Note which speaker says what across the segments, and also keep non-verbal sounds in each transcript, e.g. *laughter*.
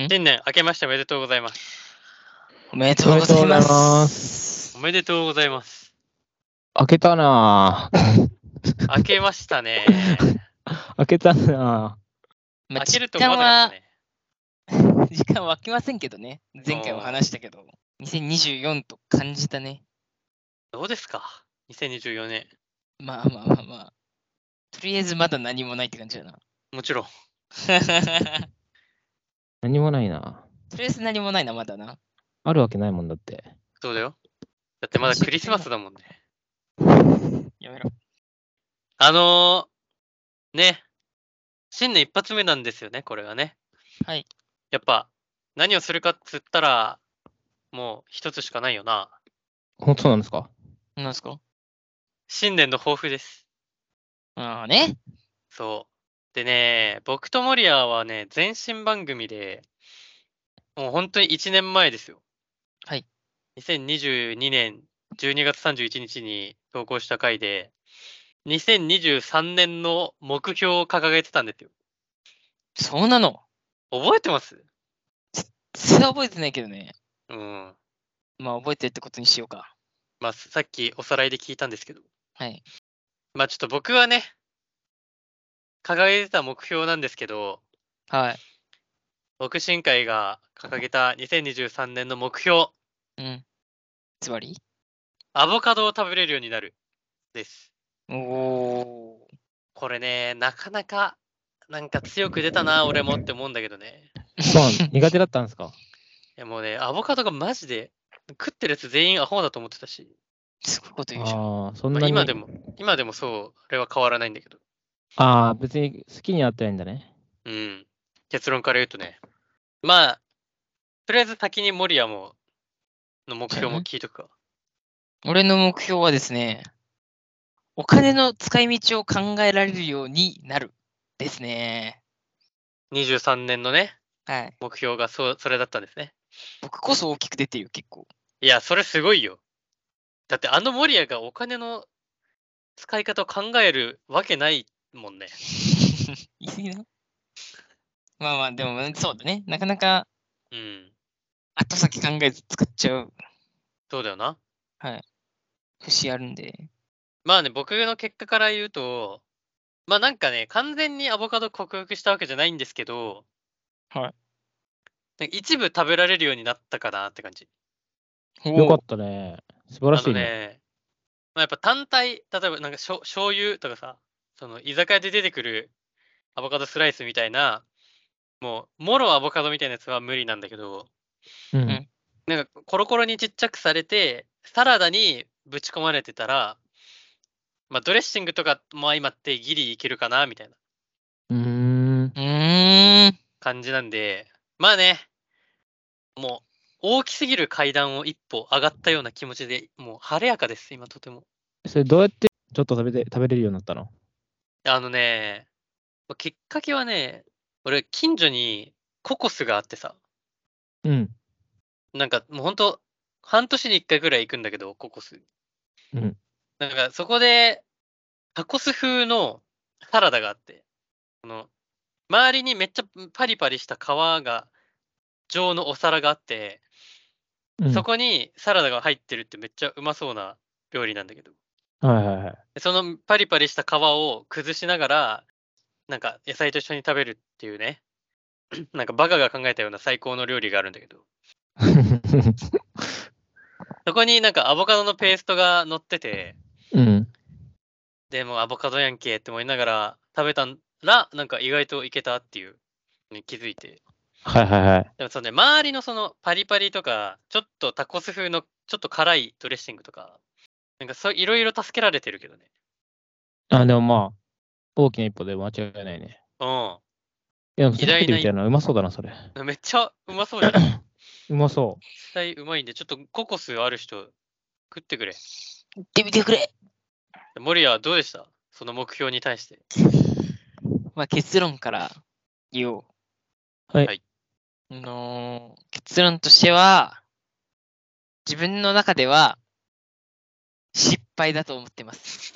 Speaker 1: ん
Speaker 2: 新年明けましておめでとうございます。
Speaker 1: おめでとうございます。
Speaker 2: おめでとうございます。
Speaker 3: 開けたなぁ。
Speaker 2: *laughs* 明けましたね。
Speaker 3: *laughs* 開けたな
Speaker 1: ま
Speaker 2: 明
Speaker 1: あ、
Speaker 2: け
Speaker 1: 実
Speaker 2: ると思
Speaker 1: 感
Speaker 2: わなかっ
Speaker 1: は
Speaker 2: たね。
Speaker 1: 時間は空きませんけどね。前回も話したけど、2024と感じたね。
Speaker 2: どうですか ?2024 年。
Speaker 1: まあまあまあまあ。とりあえずまだ何もないって感じだ *laughs* な。
Speaker 2: もちろん。
Speaker 1: と
Speaker 3: 何もないな
Speaker 1: りあえず何もないな、まだな。
Speaker 3: あるわけないもんだって。
Speaker 2: そうだよ。だってまだクリスマスだもんね。
Speaker 1: やめろ。
Speaker 2: あのー、ね。新年一発目なんですよね、これはね。
Speaker 1: はい。
Speaker 2: やっぱ、何をするかっつったら、もう一つしかないよな。
Speaker 3: 本当なんですか
Speaker 1: なんすか
Speaker 2: 新年の抱負です。
Speaker 1: ああね。
Speaker 2: そう。でね、僕とモリアはね、前身番組で、もう本当に1年前ですよ。
Speaker 1: はい。
Speaker 2: 2022年12月31日に投稿した回で、2023年の目標を掲げてたんですよ。
Speaker 1: そうなの。
Speaker 2: 覚えてます
Speaker 1: それは覚えてないけどね。
Speaker 2: うん。
Speaker 1: まあ覚えてるってことにしようか。
Speaker 2: まあ、さっきおさらいで聞いたんですけど。
Speaker 1: はい。
Speaker 2: まあ、ちょっと僕はね、掲げてた目標なんですけど、
Speaker 1: はい。
Speaker 2: 僕新会が掲げた2023年の目標、
Speaker 1: うん。つまり
Speaker 2: アボカドを食べれるようになるです。
Speaker 1: おー。
Speaker 2: これね、なかなか、なんか強く出たな、俺もって思うんだけどね。
Speaker 3: そうなん
Speaker 1: *laughs*
Speaker 3: 苦手だったんですか
Speaker 2: いやもうね、アボカドがマジで、食ってるやつ全員アホだと思ってたし、
Speaker 1: すごいこと言うじゃん。
Speaker 3: ああ、そん
Speaker 2: ま
Speaker 3: な
Speaker 2: あ
Speaker 3: に。
Speaker 2: 今でも、今でもそう、あれは変わらないんだけど。
Speaker 3: ああ、別に好きになってないんだね。
Speaker 2: うん。結論から言うとね。まあ、とりあえず先にモリアも、の目標も聞いとくか。
Speaker 1: 俺の目標はですね、お金の使い道を考えられるようになるですね。
Speaker 2: 23年のね、
Speaker 1: はい。
Speaker 2: 目標がそうそれだったんですね。
Speaker 1: 僕こそ大きく出てるよ、結構。
Speaker 2: いや、それすごいよ。だってあのモリアがお金の使い方を考えるわけないもんね。
Speaker 1: 言い過ぎなまあまあ、でもそうだね。なかなか
Speaker 2: うん。
Speaker 1: 後先考えず使っちゃう
Speaker 2: そうだよな。
Speaker 1: 節あるんで。
Speaker 2: まあね、僕の結果から言うと、まあなんかね、完全にアボカド克服したわけじゃないんですけど、。
Speaker 1: はい
Speaker 2: 一部食べられるようになったかなって感じ。
Speaker 3: よか
Speaker 1: お
Speaker 3: ったね。素晴らし
Speaker 2: あ
Speaker 3: い
Speaker 2: の
Speaker 3: ね。
Speaker 2: ね、まあ、やっぱ単体、例えばなんかしょ醤油とかさ、その居酒屋で出てくるアボカドスライスみたいな、もう、もろアボカドみたいなやつは無理なんだけど、
Speaker 3: うん。
Speaker 2: なんかコロコロにちっちゃくされて、サラダにぶち込まれてたら、まあドレッシングとかも相まってギリいけるかな、みたいな
Speaker 3: うーん。
Speaker 1: うーん。
Speaker 2: 感じなんで、まあね、もう大きすぎる階段を一歩上がったような気持ちで、もう晴れやかです、今とても。
Speaker 3: それどうやってちょっと食べて食べれるようになったの
Speaker 2: あのね、まあきっかけはね、俺近所にココスがあってさ、
Speaker 3: うん。
Speaker 2: なんかもうほんと、半年に一回ぐらい行くんだけど、ココス。
Speaker 3: うん。
Speaker 2: なんかそこで、タコス風のサラダがあって、この、周りにめっちゃパリパリした皮が、状のお皿があって、
Speaker 3: うん
Speaker 2: そこにサラダが入ってるってめっちゃうまそうな料理なんだけど、
Speaker 3: はいはいはい。
Speaker 2: そのパリパリした皮を崩しながら、なんか野菜と一緒に食べるっていうね、 *clears throat* なんかバカが考えたような最高の料理があるんだけど、
Speaker 3: *laughs*
Speaker 2: そこになんかアボカドのペーストが乗ってて、
Speaker 3: うん。
Speaker 2: でもアボカドやんけって思いながら食べたら、なんか意外といけたっていうのに気づいて。
Speaker 3: はいはいはい。
Speaker 2: でもそのね、周りのそのパリパリとか、ちょっとタコス風のちょっと辛いドレッシングとか、なんかそういろいろ助けられてるけどね。
Speaker 3: あ、でもまあ、大きな一歩で間違いないね。いや、でもそれ見
Speaker 2: 偉大な
Speaker 3: てみたいな、うまそうだな、それ。
Speaker 2: うん。めっちゃうまそうじゃん。実
Speaker 3: うまそ
Speaker 2: 際うまいんで、ちょっとココスある人食ってくれ。
Speaker 1: 行ってみてくれ
Speaker 2: 森谷はどうでしたその目標に対して。
Speaker 1: まあ結論から言おう。
Speaker 3: う。はい。
Speaker 2: はい
Speaker 1: あのー結論としては、自分の中では失敗だと思ってます。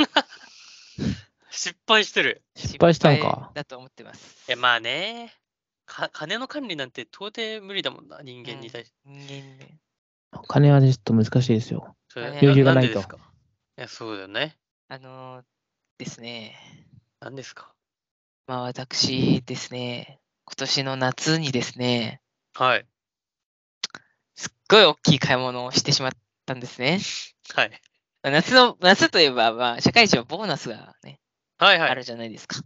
Speaker 2: 失敗してる。
Speaker 3: 失敗したんか
Speaker 1: 失敗だと思ってます。
Speaker 2: え、まあね。か金の管理なんて到底無理だもんな、人間に対して。
Speaker 1: 人間ね。
Speaker 3: お金はちょっと難しいですよ。
Speaker 2: それ
Speaker 1: 金余裕
Speaker 3: が
Speaker 2: ん
Speaker 3: ない
Speaker 2: で
Speaker 3: と
Speaker 2: ですかいや、そうだよね。
Speaker 1: あのーですね、
Speaker 2: なんですか
Speaker 1: まあ私ですね、今年の夏にですね、
Speaker 2: はい。
Speaker 1: すっごい大きい買い物をしてしまったんですね。
Speaker 2: はい。
Speaker 1: 夏の、夏といえば、まあ、社会人はボーナスがね、
Speaker 2: はいは
Speaker 1: あ
Speaker 2: い。
Speaker 1: るじゃないですか。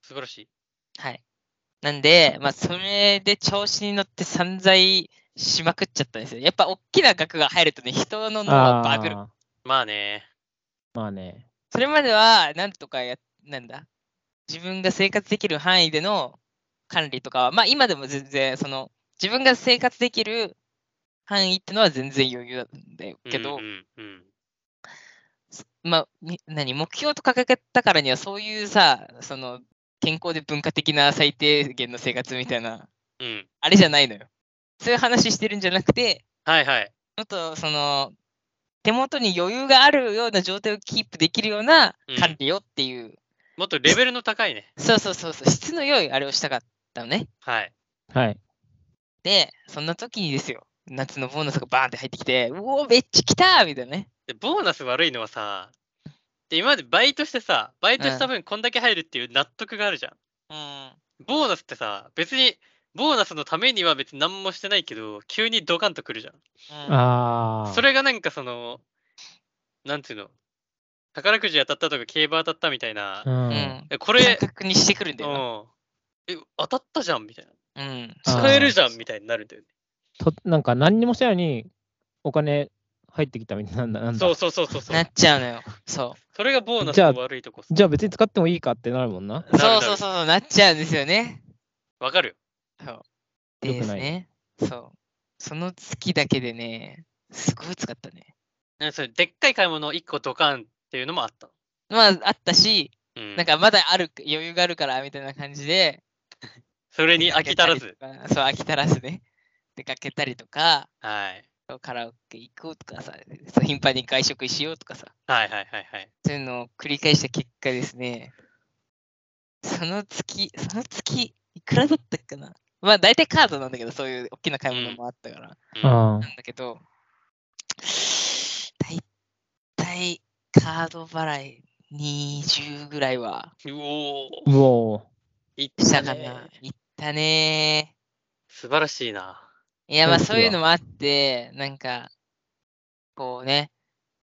Speaker 2: 素晴らしい。
Speaker 1: はい。なんで、まあ、それで調子に乗って散財しまくっちゃったんですよ。やっぱ、大きな額が入るとね、人の脳はバグる。
Speaker 3: あー
Speaker 2: まあね。
Speaker 3: まあね。
Speaker 1: それまでは、なんとかや、なんだ、自分が生活できる範囲での管理とかは、まあ、今でも全然、その、自分が生活できる範囲ってのは全然余裕なんだよけど、
Speaker 2: うんうんうん。
Speaker 1: まあ、み何目標と掲げたからにはそういうさその健康で文化的な最低限の生活みたいな
Speaker 2: うん。
Speaker 1: あれじゃないのよそういう話してるんじゃなくて
Speaker 2: はいはい。
Speaker 1: もっとその手元に余裕があるような状態をキープできるような
Speaker 2: うん
Speaker 1: 管理をっていう、
Speaker 2: もっとレベルの高いね。
Speaker 1: そうそうそうそう質の良いあれをしたかったのね
Speaker 2: はい。
Speaker 3: はい。
Speaker 1: でそんな時にですよ夏のボーナスがバーンって入ってきてうおめっちゃ来たみたいなね
Speaker 2: で、ボーナス悪いのはさ、で今までバイトしてさ、バイトした分こんだけ入るっていう納得があるじゃん。
Speaker 1: うん
Speaker 2: ボーナスってさ、別に、ボーナスのためには別に何もしてないけど、急にドカンとくるじゃん。
Speaker 3: ああ。
Speaker 2: それがなんかその、なんていうの、宝くじ当たったとか競馬当たったみたいな
Speaker 3: う、。
Speaker 1: うんん
Speaker 2: こ
Speaker 1: 感
Speaker 2: れ、
Speaker 1: 覚にしてくるんだ
Speaker 2: う
Speaker 1: よ
Speaker 2: ん、え当たったじゃんみたいな。
Speaker 1: なうん
Speaker 3: あー
Speaker 2: 使えるじゃんみたいになるんだよね。
Speaker 3: となんか何にもしたのにお金入ってきたみたいな。なんだなんだ
Speaker 2: そうそうそうそうそ
Speaker 1: な
Speaker 2: う
Speaker 1: っ。ちゃうのよそう
Speaker 2: それがボーナス
Speaker 3: じゃあ
Speaker 2: の悪いとこっす。
Speaker 3: じゃあ別に使ってもいいかってなるもんな。
Speaker 2: なる
Speaker 1: そ
Speaker 2: な
Speaker 1: う
Speaker 2: る
Speaker 1: そうそうそう、なっちゃうんですよね。
Speaker 2: わかるよ。
Speaker 1: そう。
Speaker 3: 良
Speaker 1: で
Speaker 3: く
Speaker 1: です
Speaker 3: ない
Speaker 1: ね。そう。その月だけでね、すごい使ったね。
Speaker 2: ねそれでっかい買い物1個ドカンっていうのもあったの。
Speaker 1: まあ、あったし、
Speaker 2: うん、
Speaker 1: なんかまだある、余裕があるから、みたいな感じで。
Speaker 2: それに飽き足らず。
Speaker 1: 出かけたりとか。そう、飽き足らずね。出かけたりとか、
Speaker 2: はい。
Speaker 1: カラオケ行こうとかさ、そう頻繁に外食しようとかさ、
Speaker 2: はいはいはいはい。
Speaker 1: そういうのを繰り返した結果ですね、その月、その月、いくらだったかなまあ、大体カードなんだけど、そういう大きな買い物もあったから。
Speaker 2: うん
Speaker 3: あ
Speaker 1: なんだけど、だいたいカード払い20ぐらいは
Speaker 2: うおー
Speaker 3: あ。うお
Speaker 2: いっ
Speaker 1: したたか
Speaker 2: ね
Speaker 1: な。いったね
Speaker 2: 素晴らしいな。
Speaker 1: ー。いや、まあ
Speaker 3: そうです
Speaker 1: そ
Speaker 3: わ
Speaker 1: ういうのもあって、なんか、こうね、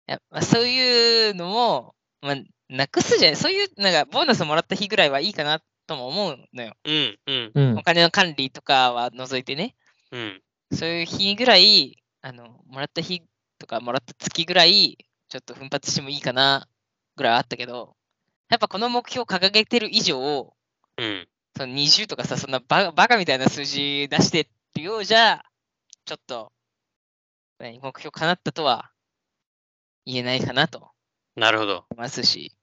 Speaker 1: やっぱそういうのも、まあ、なくすじゃない、そういう、なんか、ボーナスもらった日ぐらいはいいかなとも思うのよ。
Speaker 2: うんうん
Speaker 3: ー。うん
Speaker 1: お。金の管理とかは除いてね。
Speaker 2: うん。
Speaker 1: そういう日ぐらい、あの、もらった日とか、もらった月ぐらい、ちょっと奮発してもいいかな、ぐらいはあったけど、やっぱこの目標を掲げてる以上、
Speaker 2: うん。
Speaker 1: その20とかさ、そんなババカみたいな数字出してるようじゃ、ちょっと、何目標かなったとは言えないかなと
Speaker 2: なるほど。
Speaker 1: 思いますし。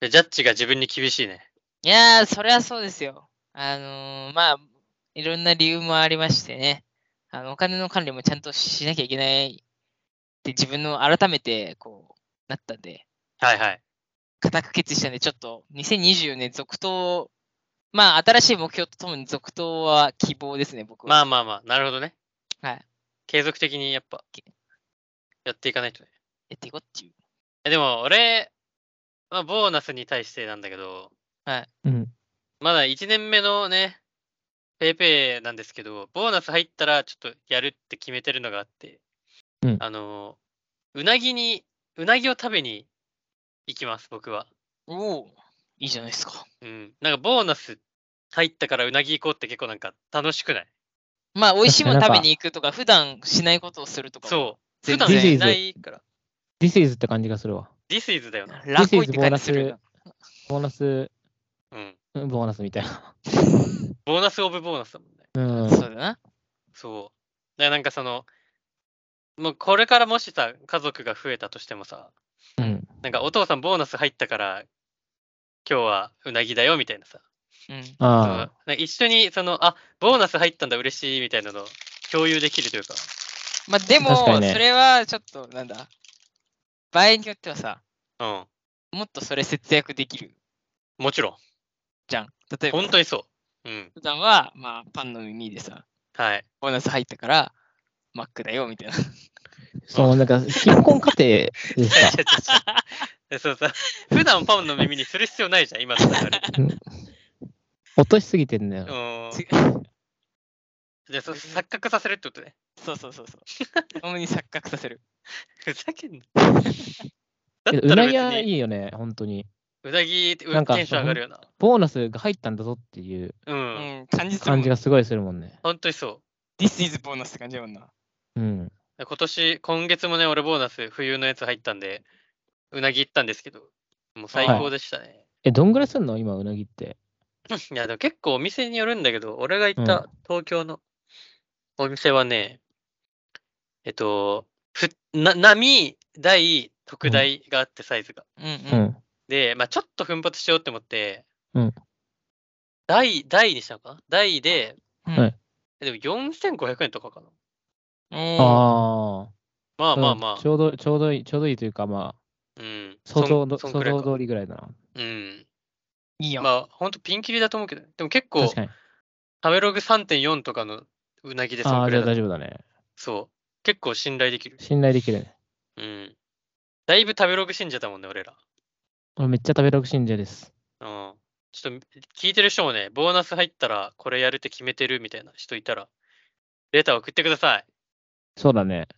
Speaker 2: でジャッジが自分に厳しいね。
Speaker 1: いやー、それはそうですよ。あのーまあ、いろんな理由もありましてね、あのお金の管理もちゃんとしなきゃいけないって自分の改めてこうなったんで、
Speaker 2: はいはい。
Speaker 1: 固く決意したんで、ちょっと2024年続投、まあ、新しい目標とともに続投は希望ですね、僕は。
Speaker 2: まあまあまあ、なるほどね。
Speaker 1: はい。
Speaker 2: 継続的にやっぱ
Speaker 1: け、
Speaker 2: やっていかないとね。
Speaker 1: やっていこうっていう。
Speaker 2: えでも俺、まあ、ボーナスに対してなんだけど、
Speaker 3: うん。
Speaker 2: まだ1年目のね、ペイペイなんですけど、ボーナス入ったらちょっとやるって決めてるのがあって、
Speaker 3: うん
Speaker 2: あの、うなぎに、うなぎを食べに行きます、僕は。
Speaker 1: おお、いいじゃないですか。
Speaker 2: うん。なんかボーナス入ったからうなぎ行こうって結構なんか楽しくない
Speaker 1: まあ、美味しいもの
Speaker 3: なん
Speaker 1: 食
Speaker 3: か
Speaker 1: べに行くとか、普段しないことをするとか。う。
Speaker 2: そう。普
Speaker 1: 全
Speaker 2: 段
Speaker 1: 然
Speaker 2: しないから。
Speaker 3: This is って感じがするわ。
Speaker 2: This is だよな。
Speaker 1: ラッコ
Speaker 3: This
Speaker 1: イっ
Speaker 3: is
Speaker 1: て感じするよな。
Speaker 3: ボーナス、
Speaker 2: うん。
Speaker 3: うんボーナスみたいな。
Speaker 2: ボーナスオブボーナスだもんね。
Speaker 3: うん。
Speaker 1: そうだな。
Speaker 2: そう。だからなんかその、もうこれからもしさ、家族が増えたとしてもさ、
Speaker 3: うん。
Speaker 2: なんかお父さんボーナス入ったから、今日はうなぎだよみたいなさ、
Speaker 1: うん。
Speaker 2: そのなん
Speaker 3: あ
Speaker 2: か一緒にその、あボーナス入ったんだ嬉しいみたいなのを共有できるというか、
Speaker 1: まあでも
Speaker 3: 確かに、ね
Speaker 1: それはちょっと、なんだ、場合によってはさ、
Speaker 2: うん、
Speaker 1: もっとそれ節約できる
Speaker 2: もちろん、
Speaker 1: じゃん。例えば、
Speaker 2: 本当にそうん。
Speaker 1: 普段は、まあ、パンの耳でさ、
Speaker 2: はい。。
Speaker 1: ボーナス入ったから、マックだよ、みたいな。
Speaker 4: そのなんか、貧困家庭ですか
Speaker 2: *laughs* えそう *laughs* さ、普段パンの耳にする必要ないじゃん、今の流れ。
Speaker 4: 落としすぎてんだよ。
Speaker 2: うん。
Speaker 1: つ
Speaker 2: じゃあ、そ錯覚させるってことね。 *laughs*
Speaker 1: そうそうそうそう。共に錯覚させる。
Speaker 2: ふざけんな。
Speaker 4: け
Speaker 2: だっ
Speaker 4: どう
Speaker 2: た
Speaker 4: な
Speaker 2: ら
Speaker 4: ぎは
Speaker 2: 別
Speaker 4: い
Speaker 2: に、
Speaker 4: いよね、本当に。
Speaker 2: うなぎってう
Speaker 4: なんか
Speaker 2: テンション上がるよな。
Speaker 4: ボーナスが入ったんだぞっていう
Speaker 2: う。
Speaker 1: うんん、感じするも
Speaker 4: 感
Speaker 1: ん。
Speaker 4: じがすごいするもんね。
Speaker 2: 本当にそう。
Speaker 1: This is ボーナスって感じだもんな。
Speaker 4: うん。
Speaker 2: 今年、今月もね、俺ボーナス、冬のやつ入ったんで、うなぎ行ったんですけど、もう最高でしたね。
Speaker 4: え、どんぐらいすんの今、うなぎって。
Speaker 2: *laughs* い、や、でも結構お店によるんだけど、俺が行った東京のお店はね、えっと、ふな波、大、特大があってサイズが。
Speaker 1: うんうん。
Speaker 4: う
Speaker 1: うん
Speaker 4: ん。
Speaker 2: で、まあちょっと奮発しようって思って、
Speaker 4: うん
Speaker 2: 大、大にしたのかな大で、
Speaker 4: はい
Speaker 2: でも4500円とかかな。
Speaker 1: おー
Speaker 4: あ
Speaker 2: まあ
Speaker 4: あ。
Speaker 2: まあま
Speaker 4: ち
Speaker 2: あ。
Speaker 4: ょうど、ちょうどいい、ちょうどいいというか、まあ、
Speaker 2: うん。そ
Speaker 4: 想
Speaker 2: ん
Speaker 4: 像ど、
Speaker 2: そん
Speaker 4: 想
Speaker 2: くらい
Speaker 4: 像
Speaker 2: か。
Speaker 4: 通りぐらいだな。
Speaker 2: うん。
Speaker 1: いいよ。
Speaker 2: まあ、ほんとピンキリだと思うけどね、でも結構、
Speaker 4: 確か
Speaker 2: 食
Speaker 4: に。
Speaker 2: べログ3.4とかのうなぎでそ
Speaker 4: あ
Speaker 2: の
Speaker 4: あ、
Speaker 2: く
Speaker 4: じゃ
Speaker 2: ら
Speaker 4: あ
Speaker 2: いだ
Speaker 4: 大丈夫だね。
Speaker 2: そう。結構信頼できる。
Speaker 4: 信頼できるね。
Speaker 2: うん。だいぶ食べログ信者だもんね、俺ら。
Speaker 4: 俺めっちゃ食べログ信者です。
Speaker 2: うん。ちょっと聞いてる人もね、ボーナス入ったらこれやるって決めてるみたいな人いたら、レター送ってください。
Speaker 4: そうだね。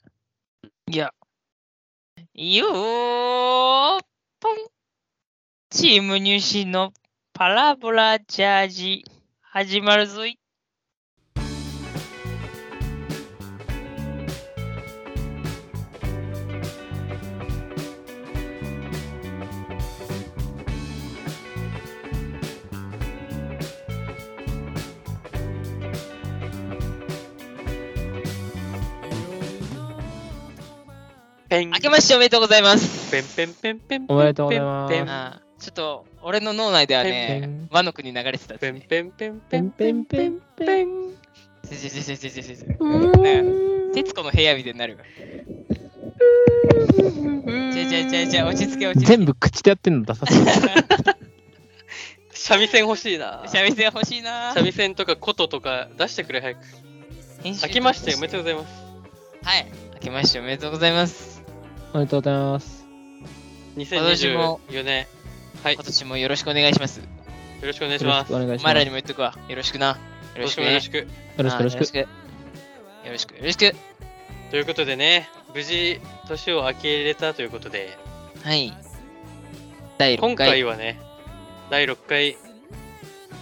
Speaker 1: いや。いいよーポン。チーム入試のパラボラジャージ、始まるぞい。
Speaker 2: ペン
Speaker 1: 明けましておめでとうございます。
Speaker 2: ペンペンペンペンペンペン。
Speaker 4: おめでとうございます
Speaker 2: ペン
Speaker 1: あーちょっと、俺の脳内では
Speaker 4: ペ
Speaker 1: ね
Speaker 4: ン、
Speaker 1: 和の国流れてたって、
Speaker 2: ペン
Speaker 1: ね。
Speaker 2: ペンペンペ
Speaker 4: ペ
Speaker 2: ン
Speaker 4: ン
Speaker 2: ペ
Speaker 4: ペ
Speaker 2: ン
Speaker 4: ン
Speaker 2: ペ
Speaker 4: ペ
Speaker 2: ン
Speaker 4: ン
Speaker 2: ペ
Speaker 4: ペ
Speaker 2: ン。
Speaker 1: ちちちちちちちち
Speaker 4: ん
Speaker 1: 徹子の部屋みたいになるわ。ちょちょちょちょ、落ち着け落ち着け。
Speaker 4: 全部口でやってんのダサそう。
Speaker 2: 三味線欲しいな。
Speaker 1: 三味線欲しいな
Speaker 2: 三味線とか琴とか出してくれ、早く。
Speaker 1: 編集
Speaker 2: 明けましておめでとうございます。
Speaker 1: はい。明けましておめでとうございます。
Speaker 4: おめでとうございます。
Speaker 1: 年も
Speaker 2: 2024年、はい、よ
Speaker 1: 今年もよろしくお願いします。
Speaker 2: ろしくお願いし
Speaker 4: よろ
Speaker 2: ま
Speaker 4: し
Speaker 2: す。
Speaker 4: くお
Speaker 2: 今
Speaker 4: 願い
Speaker 1: お
Speaker 4: し
Speaker 1: 前
Speaker 4: ま
Speaker 1: ら
Speaker 4: す。
Speaker 1: に
Speaker 4: よ
Speaker 1: も言っとくわ。よろしくな。よろし
Speaker 2: 年
Speaker 1: く
Speaker 2: もよろ
Speaker 1: ね。
Speaker 2: しく。
Speaker 4: ろしく
Speaker 1: あー
Speaker 4: よろしく。
Speaker 1: よろしく。よろしく。よろし
Speaker 2: ということでね、無事、年を明け入れたということで、
Speaker 1: く。はい。第
Speaker 2: 今
Speaker 1: 6回。
Speaker 2: 回はね、第6回、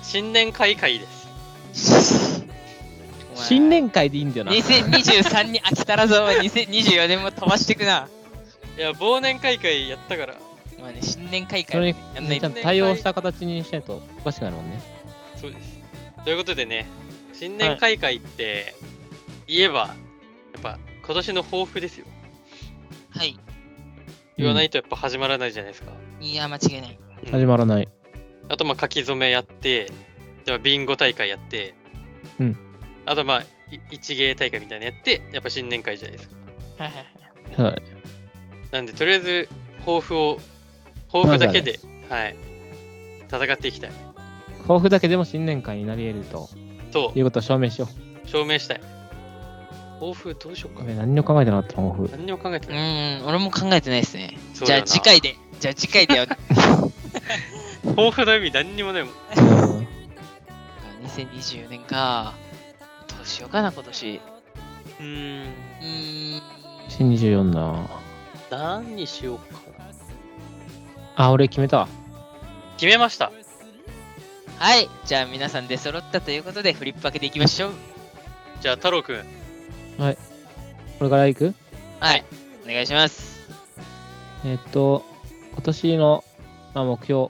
Speaker 2: 新年会会です。
Speaker 1: お前
Speaker 4: 新年会でいいんだよな。
Speaker 1: 2023に飽きたらぞ。2024年も飛ばしていくな。
Speaker 2: いや、忘年会会やったから、
Speaker 1: まあね、新年会
Speaker 4: そ
Speaker 1: 会
Speaker 4: れ
Speaker 1: やんな
Speaker 4: に
Speaker 1: い
Speaker 4: ちゃ
Speaker 1: と
Speaker 4: んと対応した形にしないとおかしくなるもんね。。
Speaker 2: そうです。ということでね、新年会会って、言えば、やっぱ、今年の抱負ですよ。
Speaker 1: はい。
Speaker 2: 言わないいとやっぱ始まらないじゃないですか。
Speaker 1: いや、間違いない。
Speaker 2: うん
Speaker 4: 始まらない。
Speaker 2: あとまあ書き初めやって、でまあビンゴ大会やって、
Speaker 4: うん
Speaker 2: あとまあい一芸大会みたいなのやって、やっぱ新年会じゃないですか。
Speaker 1: はいはいはい。
Speaker 4: はい。
Speaker 2: なんでとりあえず抱負を、抱負だけで、はい、戦っていきたい。
Speaker 4: 抱負だけでも新年会になり得ると
Speaker 2: と
Speaker 4: いうことを証明しよ
Speaker 2: 証明したい。抱負どうしよう
Speaker 4: う。
Speaker 2: か
Speaker 4: ご。めん何にも考えてなかったな抱負。
Speaker 2: 何にも考えて
Speaker 1: う
Speaker 2: ない。
Speaker 1: ーん、俺も考えてないですね。
Speaker 2: そう
Speaker 1: じ
Speaker 2: だ
Speaker 1: ゃ
Speaker 2: よ
Speaker 1: あ
Speaker 2: な
Speaker 1: 次回で。じゃあ次回でよ。
Speaker 2: 抱負の意味何にもないもん。
Speaker 4: *laughs* うん
Speaker 1: 2024年か。どうしようかな、今年。
Speaker 2: うーん、
Speaker 1: うーん。
Speaker 4: 新24な。
Speaker 2: 何にしようかな。
Speaker 4: あ、俺決めたわ。
Speaker 2: 決めました。
Speaker 1: はい。じゃあ皆さん出揃ったということで、フリップ開けていきましょう。
Speaker 2: じゃあ太郎くん、
Speaker 4: これから行く
Speaker 1: はい。お願いします。
Speaker 4: えっと、今年の、まあ、目標、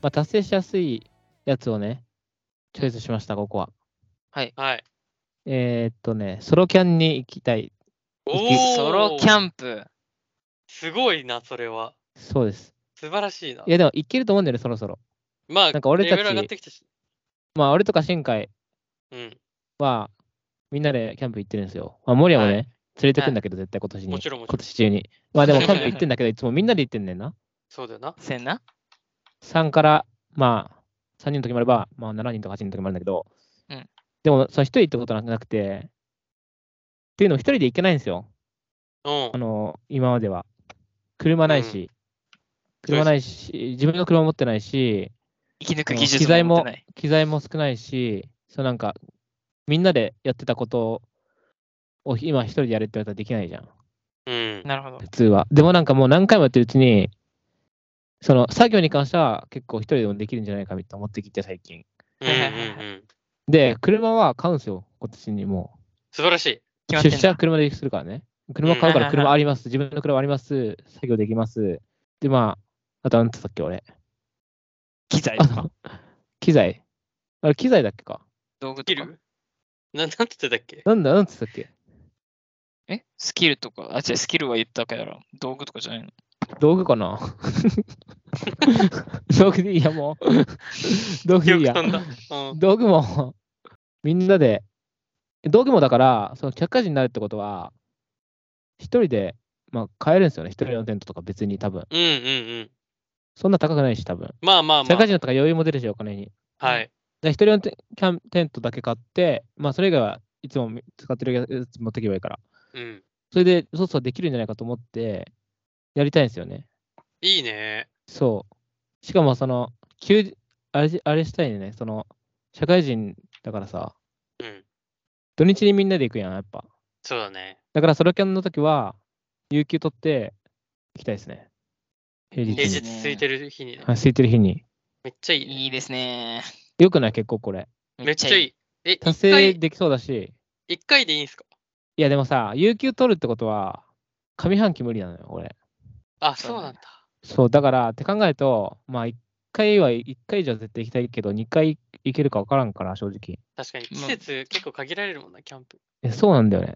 Speaker 4: まあ、達成しやすいやつをね、チョイスしました、ここは。
Speaker 2: はい。
Speaker 4: えーっとね、ソロキャンに行きたい。
Speaker 2: おお
Speaker 1: ソロキ
Speaker 2: ン
Speaker 1: ャンプ。
Speaker 2: すごいな、それは。
Speaker 4: そうです。
Speaker 2: 素晴らしいな。
Speaker 4: いや、でも行けると思うんだよね、そろそろ。
Speaker 2: まあ、
Speaker 4: なんか俺たち
Speaker 2: レベル上がってきたし。
Speaker 4: まあ、俺とか新海
Speaker 2: うん、
Speaker 4: は、みんなでキャンプ行ってるんですよ。まあ、森谷もね、
Speaker 2: は
Speaker 4: 連れてくんだけど、絶対今年に。
Speaker 2: もちろんもちろん
Speaker 4: 今年中に。まあ、でもキャンプ行ってんだけど、いつもみんなで行ってんねんな。
Speaker 2: そうだよな。
Speaker 1: せんな。
Speaker 4: 3から、まあ、 3人の時もあれば、まあ、7人とか8人の時もあるんだけど、
Speaker 1: うん
Speaker 4: でも、それ1人ってことはなくて、っていうのも1人で行けないんですよ。
Speaker 2: うん
Speaker 4: あ。の、今までは。車ないし、車ないし、自分の車持ってないし、
Speaker 1: 生き抜
Speaker 4: あ
Speaker 1: く
Speaker 4: の
Speaker 1: 技
Speaker 4: 機
Speaker 1: 術
Speaker 4: 材
Speaker 1: も持って
Speaker 4: も
Speaker 1: ない。
Speaker 4: 機材も少ないし、そうなんか、みんなでやってたことを今一人でやれって言われたらできないじゃん、
Speaker 2: うん。
Speaker 1: なるほど。
Speaker 4: 普通は。でもなんかもう何回もやってるうちに、その作業に関しては結構一人でもできるんじゃないかみたいな思ってきて最近。
Speaker 2: うんうんうん。
Speaker 4: で、車は買うんですよ、今年にも
Speaker 2: 素晴らしい。
Speaker 4: う。
Speaker 1: 決
Speaker 4: 出
Speaker 1: まってん
Speaker 4: 社
Speaker 1: だ
Speaker 4: は車でするからね。車買うか
Speaker 1: う
Speaker 4: ら
Speaker 1: ん
Speaker 4: 車あります、自分の車あります、作業できます。で、まあ、あと何て言ったっけ、俺。
Speaker 1: 機材
Speaker 4: あ
Speaker 1: とか
Speaker 4: の、機材。あれ、機材だっけか。
Speaker 1: 道具
Speaker 2: 切
Speaker 1: とか。
Speaker 2: るな、なんて言ってたっけ
Speaker 4: なんだ、なんて言ったっけ。
Speaker 1: えスキルとか。あ、違う、スキルは言ったから、道具とかじゃないの。
Speaker 4: 道具
Speaker 1: *laughs*
Speaker 4: かな道具でいいや、もう。道具
Speaker 2: よ
Speaker 4: でい
Speaker 2: く
Speaker 4: いや。
Speaker 2: 飛んだ。うん。
Speaker 4: 道具も、みんなで、道具もだから、その客家人になるってことは、一人で、まあ、買えるんですよね。一人のテントとか別に多分。
Speaker 2: うんうんうん。
Speaker 4: そんな高くないし、多分。
Speaker 2: まあまあま
Speaker 4: 社会人だったら余裕も出るし、お金に。
Speaker 2: あ。はい。
Speaker 4: で、一人のテキャンテントだけ買って、まあ、それ以外はいつも使ってるやつ持ってけばいいから。
Speaker 2: うん。
Speaker 4: それで、そうそうできるんじゃないかと思って、やりたいんですよね。
Speaker 2: いいね。
Speaker 4: そう。しかも、その、休あれし、あれしたいね。その、社会人だからさ、
Speaker 2: うん。
Speaker 4: 土日にみんなで行くやん、やっぱ。
Speaker 2: そうだね。
Speaker 4: だから、ソロキャンの時は、有給取って行きたいですね。平日
Speaker 1: いい
Speaker 2: 平
Speaker 1: で
Speaker 2: 日
Speaker 1: す
Speaker 4: に。
Speaker 1: ね
Speaker 2: 空いてる日にね
Speaker 4: あ。空いてる日に。
Speaker 2: めっちゃいいね。
Speaker 1: いいですね。
Speaker 4: よくない結構これ。
Speaker 2: めっちゃい
Speaker 1: い。
Speaker 2: い。え、
Speaker 4: 達成
Speaker 2: 一回、
Speaker 4: できそうだし。
Speaker 2: 一回でいいんすか
Speaker 4: いや、でもさ、有給取るってことは、上半期無理なのよ、俺。
Speaker 2: あ、
Speaker 1: そう
Speaker 2: そう
Speaker 1: だ
Speaker 2: なん
Speaker 1: ね
Speaker 2: だ。
Speaker 4: そう、だから、って考えると、まあ、1回は、1回以上絶対行きたいけど、2回行けるか分からんから、正直。
Speaker 2: 確かに。季
Speaker 1: まあ
Speaker 2: 節結構限られるもんな、キャンプ。
Speaker 4: えそうなんだよね。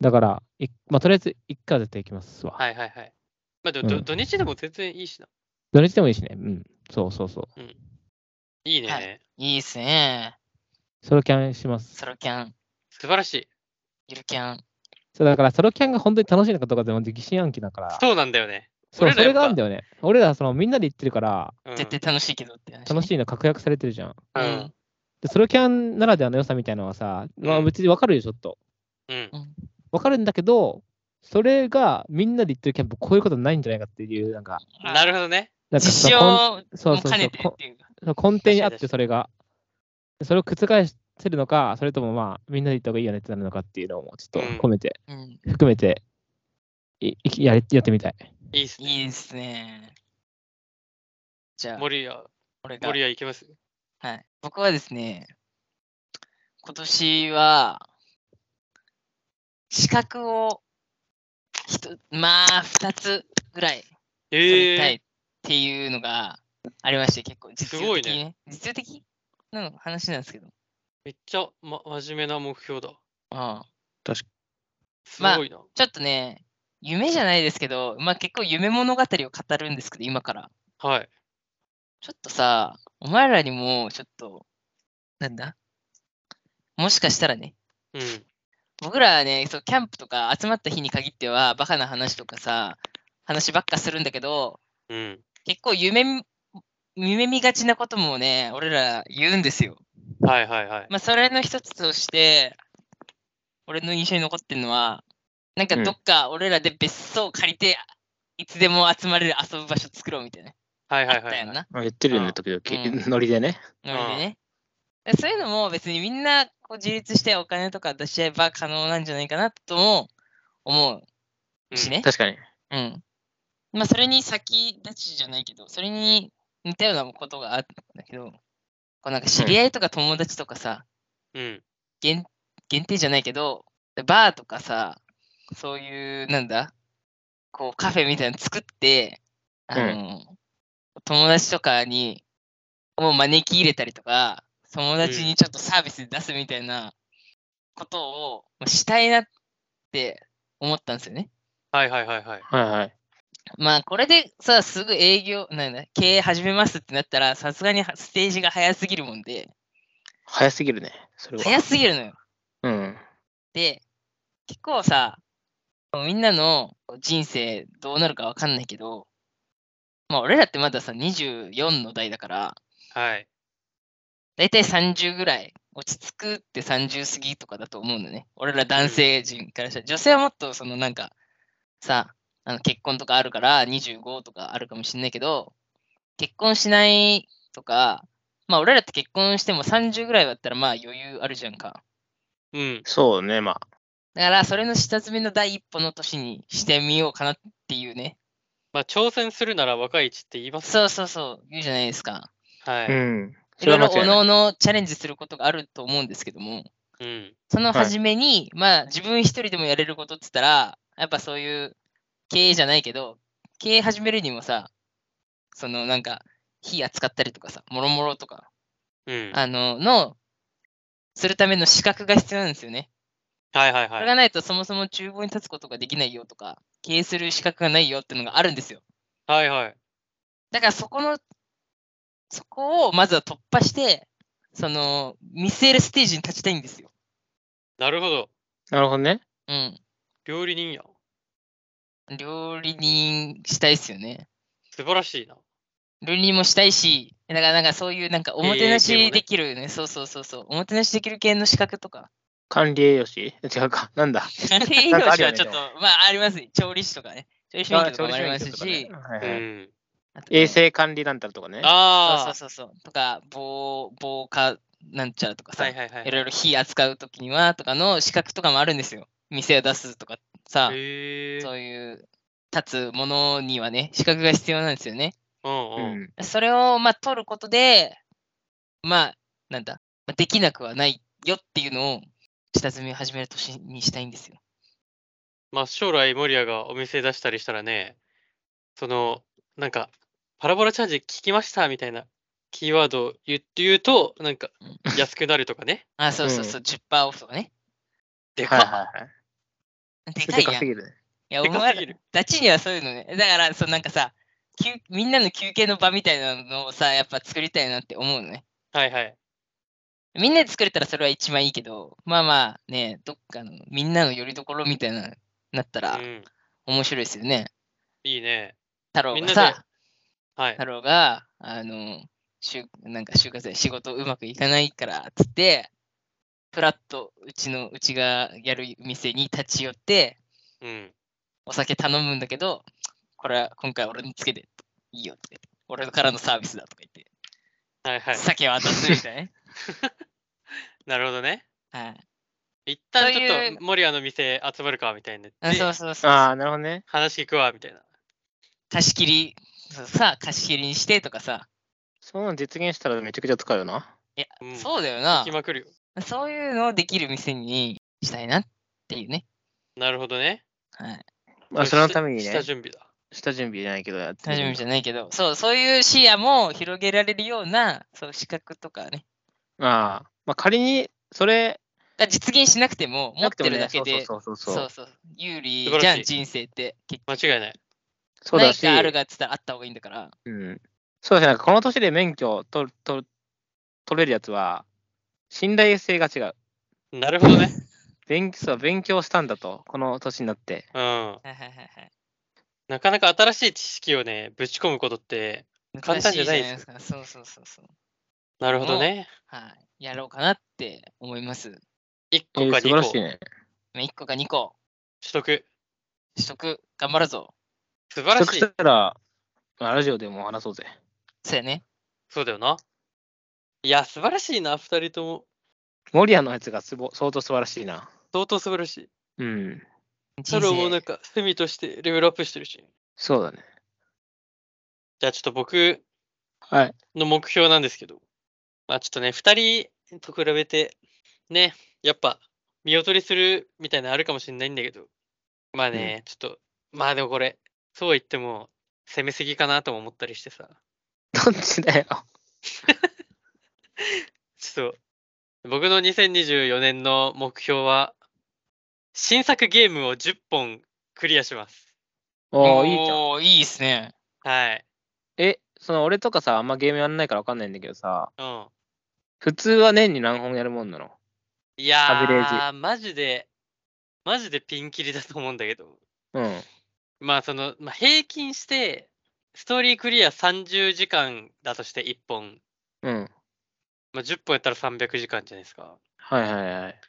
Speaker 4: だから、いまあ、とりあえず1回は絶対行きますわ。
Speaker 2: はいはいはい。まあでも、ど
Speaker 4: うん
Speaker 2: 土日でも全然いいしな。
Speaker 4: 土日でもいいしね。うん。そうそうそう。
Speaker 2: いい
Speaker 1: は
Speaker 2: ね。
Speaker 1: いいですね。
Speaker 4: ソロキャンします。
Speaker 1: ソロキャン、
Speaker 2: 素晴らしい。
Speaker 1: ゆるキャン。
Speaker 4: そうだから、ソロキャンが本当に楽しいのかどうかでも疑心暗鬼だから。
Speaker 2: そうなんだよね。
Speaker 4: そう、
Speaker 2: 俺ら
Speaker 4: そ
Speaker 2: やっ
Speaker 4: れ
Speaker 2: ぱ
Speaker 4: があるんだよね。俺ら、その、みんなで行ってるから、
Speaker 2: うん
Speaker 1: 絶対楽しいけどって話、
Speaker 4: 楽し
Speaker 1: い。
Speaker 4: いの確約されてるじゃん。
Speaker 1: う
Speaker 2: うん
Speaker 1: ん。。
Speaker 4: で、ソロキャンならではの良さみたいなのはさ、まあ、
Speaker 2: うん
Speaker 4: 別に分かるよ、ちょっと。
Speaker 2: うん。
Speaker 4: 分かるんだけど、それがみんなで行ってるキャンプ、こういうことないんじゃないかっていう、なんか、
Speaker 1: あ
Speaker 2: なるほどね。
Speaker 4: なんか
Speaker 1: 実
Speaker 4: そ
Speaker 1: 証
Speaker 4: の
Speaker 1: も
Speaker 4: そうそうそう
Speaker 1: 兼ねてっていうか。
Speaker 4: 根根底にあっ
Speaker 2: 確か
Speaker 4: て、
Speaker 2: に
Speaker 4: それが。それを覆せるのか、それともまあ、みんなで行った方がいいよねってなるのかっていうのも、ちょっ
Speaker 2: うん
Speaker 4: と込めて、
Speaker 1: うん。
Speaker 4: 含めて、いいきやれやってみたい。
Speaker 2: いいっすね。
Speaker 1: いいですね。じゃあ、
Speaker 2: 森屋、
Speaker 1: 俺が。
Speaker 2: 森屋行きます
Speaker 1: はい。僕はですね、今年は、資格を、ひとまあ、2つぐらい取りたい
Speaker 2: ええ
Speaker 1: っていうのがありまして、結構実用的
Speaker 2: すごい
Speaker 1: にね。実用的なの話なんですけど。
Speaker 2: めっちゃ、ま、真面目な目標だ。
Speaker 1: ああ
Speaker 2: す
Speaker 1: まあ
Speaker 2: ごいな。
Speaker 1: ちょっとね、夢じゃないですけど、まあ結構夢物語を語るんですけど、今から。
Speaker 2: はい。
Speaker 1: ちょっとさ、お前らにも、ちょっと、なんだもしかしたらね、
Speaker 2: うん。
Speaker 1: 僕らはねそう、キャンプとか集まった日に限っては、バカな話とかさ、話ばっかするんだけど、
Speaker 2: うん。
Speaker 1: 結構夢み、夢見がちなこともね、俺ら言うんですよ。
Speaker 2: はいはいはい。
Speaker 1: まあ、それの一つとして、俺の印象に残ってるのは、なんか
Speaker 2: うん
Speaker 1: どっか俺らで別荘を借りて、いつでも集まれる遊ぶ場所作ろうみたいな、
Speaker 2: はいはい
Speaker 1: あっ
Speaker 2: は
Speaker 1: た
Speaker 2: い
Speaker 1: よ
Speaker 2: はい。
Speaker 1: な、
Speaker 5: 言ってるよね、時
Speaker 1: うん
Speaker 5: 々。ノリでね。
Speaker 1: ノリでね。でそういうのも別にみんなこう自立してお金とか出し合えば可能なんじゃないかなとも思うしね。
Speaker 5: 確かに。
Speaker 1: うん。まあ、それに先立ちじゃないけど、それに似たようなことがあったんだけど、こうなんか知り合いとか友達とかさ、
Speaker 2: うん。うん。
Speaker 1: 限限定じゃないけど、バーとかさ、そういう、なんだ、こうカフェみたいなの作って、あの、友達とかに、を招き入れたりとか、友達にちょっとサービスで出すみたいなことをまあしたいなって思ったんですよね。
Speaker 2: はいはいはいはい。
Speaker 5: はいはい。
Speaker 1: まあ、これでさ、すぐ営業、なんだ、経営始めますってなったら、さすがにはステージが早すぎるもんで、
Speaker 5: 早すぎるね。それは。
Speaker 1: 早すぎるのよ。
Speaker 5: うん。
Speaker 1: で、結構さ、みんなの人生どうなるかわかんないけど、まあ、俺らってまださ、24の代だから、
Speaker 2: はい。
Speaker 1: 大体30ぐらい、落ち着くって30過ぎとかだと思うのね。俺ら男性人からしたら、女性はもっとそのなんか、さ、あの結婚とかあるから25とかあるかもしんないけど、結婚しないとか、まあ俺らって結婚しても30ぐらいだったらまあ余裕あるじゃんか。
Speaker 2: うん。
Speaker 4: そうね、まあ。
Speaker 1: だからそれの下積みの第一歩の年にしてみようかなっていうね。
Speaker 2: まあ、挑戦するなら若いうちって言います。
Speaker 1: そうそうそう、言うじゃないですか。
Speaker 2: は
Speaker 4: う
Speaker 2: い。
Speaker 4: ん。
Speaker 1: い
Speaker 4: それ
Speaker 1: ろい
Speaker 4: は
Speaker 1: ろ
Speaker 4: 間違
Speaker 1: お
Speaker 4: いない
Speaker 1: のおのチャレンジすることがあると思うんですけども、
Speaker 2: うん。
Speaker 1: その
Speaker 4: はい
Speaker 1: 初めに、まあ自分一人でもやれることって言ったら、やっぱそういう経営じゃないけど、経営始めるにもさ、そのなんか火扱ったりとかさ、もろもろとか、
Speaker 2: うん。はい
Speaker 1: あの、の、するための資格が必要なんですよね。
Speaker 2: はいはい。
Speaker 1: それがないとそもそも厨房に立つことができないよとか、経営する資格がないよっていうのがあるんですよ。
Speaker 2: はいはい。
Speaker 1: だからそこの、そこをまずは突破して、その、見据えるステージに立ちたいんですよ。
Speaker 2: なるほど。
Speaker 4: なるほどね。
Speaker 1: うん。
Speaker 2: 料理人や。
Speaker 1: 料理人したいですよね。
Speaker 2: 素晴らしいな。
Speaker 1: 料理人もしたいし、だからなんかそういうなんかおもてな
Speaker 2: 経営系もね
Speaker 1: しできるね、そうそうそうそう、おもてなしできる系の資格とか。
Speaker 4: 管理栄養士 *laughs* 違うか。なんだ。
Speaker 1: 栄
Speaker 4: な
Speaker 1: 養
Speaker 4: んかあ
Speaker 1: 士
Speaker 4: るよ
Speaker 1: は
Speaker 4: ね
Speaker 1: ちょっと、 *laughs* まああります。調理師とかね。調理師免許とかもあります
Speaker 4: あ調理
Speaker 1: し
Speaker 4: 師免許と、かね
Speaker 2: う
Speaker 4: はいはい
Speaker 2: ん。
Speaker 1: あとね
Speaker 4: 衛生管理なんたらとかね。
Speaker 1: そうそ
Speaker 2: あ
Speaker 1: うそうそう。とか、防、防火なんちゃらとか
Speaker 2: あ。
Speaker 1: さ、
Speaker 2: はい
Speaker 1: い
Speaker 2: はいはい。
Speaker 1: ろいろ火扱うときにはとかの資格とかもあるんですよ。店を出すとかさ、
Speaker 2: へえ。
Speaker 1: そういう立つものにはね、資格が必要なんですよね。
Speaker 2: うん
Speaker 4: う
Speaker 2: うん。
Speaker 4: ん。
Speaker 1: それをまあ取ることで、まあ、なんだ、まあできなくはないよっていうのを下積みを始める年にしたいんですよ。
Speaker 2: まあ将来、守谷がお店出したりしたらね、その、なんか、パラボラチャージ聞きましたみたいなキーワードを言って言うと、なんか
Speaker 1: う、
Speaker 2: 安くなるとか
Speaker 1: *laughs*
Speaker 2: ね。
Speaker 1: あ、そうそうそう、10%オフとかね。
Speaker 2: で
Speaker 4: はい
Speaker 2: かっ
Speaker 4: はいはい。
Speaker 1: で
Speaker 4: そ
Speaker 1: かいやん。
Speaker 4: れでかす
Speaker 1: い
Speaker 4: ぎるね。
Speaker 1: や、お
Speaker 2: でか
Speaker 1: 前
Speaker 2: す
Speaker 1: ら
Speaker 2: ぎる。
Speaker 1: ダチにはそういうのね。だから、そうなんかさ、休みんなの休憩の場みたいなのをさ、やっぱ作りたいなって思うのね。
Speaker 2: はいはい。
Speaker 1: みんなで作れたらそれは一番いいけど、まあまあね、どっかのみんなのよりどころみたいな、なったら
Speaker 2: うん。
Speaker 1: 面白いですよね。
Speaker 2: いいね。
Speaker 1: 太郎
Speaker 2: みん
Speaker 1: が
Speaker 2: な
Speaker 1: さ
Speaker 2: で、はい。
Speaker 1: 太郎が、あの、就なんか就活で仕事うまくいかないからっつって、ふらっとうちの、うちがやる店に立ち寄って、
Speaker 2: うん。
Speaker 1: お酒頼むんだけど、これは今回俺につけて、いいよって言って、俺からのサービスだとか言って、
Speaker 2: はいはい。
Speaker 1: 酒を渡すみた
Speaker 2: *laughs*
Speaker 1: い
Speaker 2: なるほどね。
Speaker 1: な。はい
Speaker 2: 一旦ち
Speaker 1: そう
Speaker 2: ょ
Speaker 1: い
Speaker 2: っ
Speaker 1: う
Speaker 2: と守谷の店集まるかみたいな。
Speaker 1: あ。そう
Speaker 2: で
Speaker 1: そうそう。
Speaker 4: ああ、なるほどね。
Speaker 2: 話聞くわみたいな。
Speaker 1: 貸し切り、そうさ、貸し切りにしてとかさ。
Speaker 4: そんなの実現したらめちゃくちゃ使うよな。
Speaker 1: いや、
Speaker 2: うん
Speaker 1: そうだよな
Speaker 2: 聞き。まくるよ。
Speaker 1: そういうのをできる店にしたいなっていうね。
Speaker 2: なるほどね。
Speaker 1: はい。
Speaker 4: まあ、そのために
Speaker 2: 下
Speaker 4: ね、
Speaker 2: 準備だ。
Speaker 4: 下準備じゃないけどやって
Speaker 1: 大丈夫じ
Speaker 4: ゃ
Speaker 1: ゃないけど、そう、そういう視野も広げられるような、そう、資格とかね。
Speaker 4: ああ、まあ、仮に、それ、
Speaker 1: だから実現しなくても、持
Speaker 4: な
Speaker 1: っ
Speaker 4: くて
Speaker 1: て
Speaker 4: もね
Speaker 1: るだけで、
Speaker 4: そうそうそうそ
Speaker 1: そうう。そう、有利
Speaker 2: 素晴
Speaker 1: じ
Speaker 2: ら
Speaker 1: ゃ
Speaker 2: しい
Speaker 1: ん、人生って。結
Speaker 2: 間違いない。
Speaker 4: そ
Speaker 1: 局、
Speaker 4: う
Speaker 1: ない
Speaker 4: だし、
Speaker 1: かあるがっつったらあった方がいいんだから。
Speaker 4: うん。そうだし、なんかこの年で免許を取る取取れるやつは、信頼性が違う。
Speaker 2: なるほどね。
Speaker 4: 勉強そう勉強したんだと、この年になって。
Speaker 2: うん。
Speaker 1: はいはいはい
Speaker 2: なかなか新しい知識をね、ぶち込むことって、
Speaker 1: はい。
Speaker 2: 簡単じゃない
Speaker 1: 難し
Speaker 2: で
Speaker 1: い
Speaker 2: す
Speaker 1: じゃないですか。そうそうそうそう。
Speaker 2: なるほどね。
Speaker 1: はい。やろうかなって思います。
Speaker 2: 1
Speaker 4: え
Speaker 2: 個
Speaker 4: ー
Speaker 2: か
Speaker 4: 素晴ら
Speaker 2: 2個
Speaker 4: しい
Speaker 2: 取
Speaker 4: ね。
Speaker 1: 1個か2個、
Speaker 2: 得。
Speaker 1: 取得、頑張るぞ。
Speaker 2: 素晴ら
Speaker 4: そし
Speaker 2: しい
Speaker 4: た。ら、まあラジオでも話そうぜ。
Speaker 1: そうやね。
Speaker 2: そうだよな。いや、素晴らしいな、2人とも。
Speaker 4: モリアのやつがすぼ相当素晴らしいな。
Speaker 2: 相当素晴らしい。
Speaker 4: うん。
Speaker 1: 人
Speaker 2: ソロもなん
Speaker 1: 生
Speaker 2: か、趣味としてレベルアップしてるし。
Speaker 4: そうだね。
Speaker 2: じゃあちょっと僕
Speaker 4: はい。
Speaker 2: の目標なんですけど、まあちょっとね、2人と比べて、ね、やっぱ見劣りするみたいなのあるかもしれないんだけど、まあね、ちょっと、まあでもこれ、そう言っても攻めすぎかなとも思ったりしてさ、
Speaker 4: *laughs* どっちだよ。
Speaker 2: ちょっと、僕の2024年の目標は、新作ゲームを10本クリアします。
Speaker 4: おーいいじゃん。
Speaker 1: おーいいですね。
Speaker 2: はい。
Speaker 4: え、その俺とかさ、あんまゲームやんないからわかんないんだけどさ、
Speaker 2: うん。
Speaker 4: 普通は年に何本やるもんなの
Speaker 2: いや
Speaker 4: アベレ
Speaker 2: ー、マジで、マジでピンキリだと思うんだけど。
Speaker 4: うん。
Speaker 2: まあその、まあ、平均してストーリークリア30時間だとして1本、
Speaker 4: うん。
Speaker 2: まあ、10本やったら300時間じゃないですか。
Speaker 4: はいはいはい。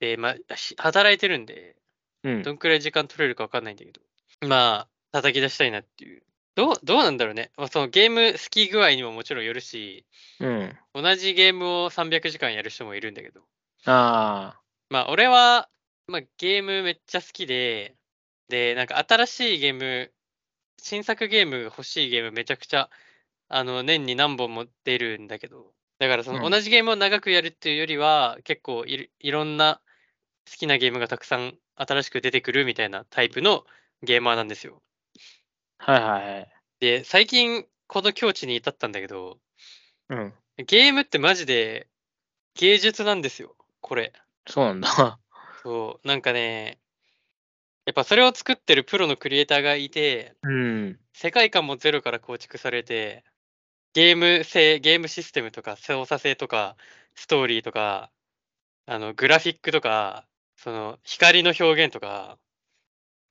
Speaker 2: で、まあ、し働いてるんで、
Speaker 4: うん
Speaker 2: ど。んくらい時間取れるか分かんないんだけど、まあ、叩き出したいなっていう。どう、どうなんだろうね。まあ、そのゲーム好き具合にももちろんよるし、
Speaker 4: うん。
Speaker 2: 同じゲームを300時間やる人もいるんだけど、
Speaker 4: ああ。
Speaker 2: まあ、俺は、まあ、ゲームめっちゃ好きで、で、なんか新しいゲーム、新作ゲーム欲しいゲームめちゃくちゃ、あの、年に何本も出るんだけど、だからその
Speaker 4: うん
Speaker 2: 同じゲームを長くやるっていうよりは、結構いるいろんな好きなゲームがたくさん新しく出てくるみたいなタイプのゲーマーなんですよ。
Speaker 4: はいはいはい。
Speaker 2: で、最近この境地に至ったんだけど、
Speaker 4: うん。
Speaker 2: ゲームってマジで芸術なんですよ、これ。
Speaker 4: そうなんだ。
Speaker 2: そう、なんかね、やっぱそれを作ってるプロのクリエイターがいて、
Speaker 4: うん。
Speaker 2: 世界観もゼロから構築されて、ゲーム性、ゲームシステムとか、操作性とか、ストーリーとか、あの、グラフィックとか、その、光の表現とか、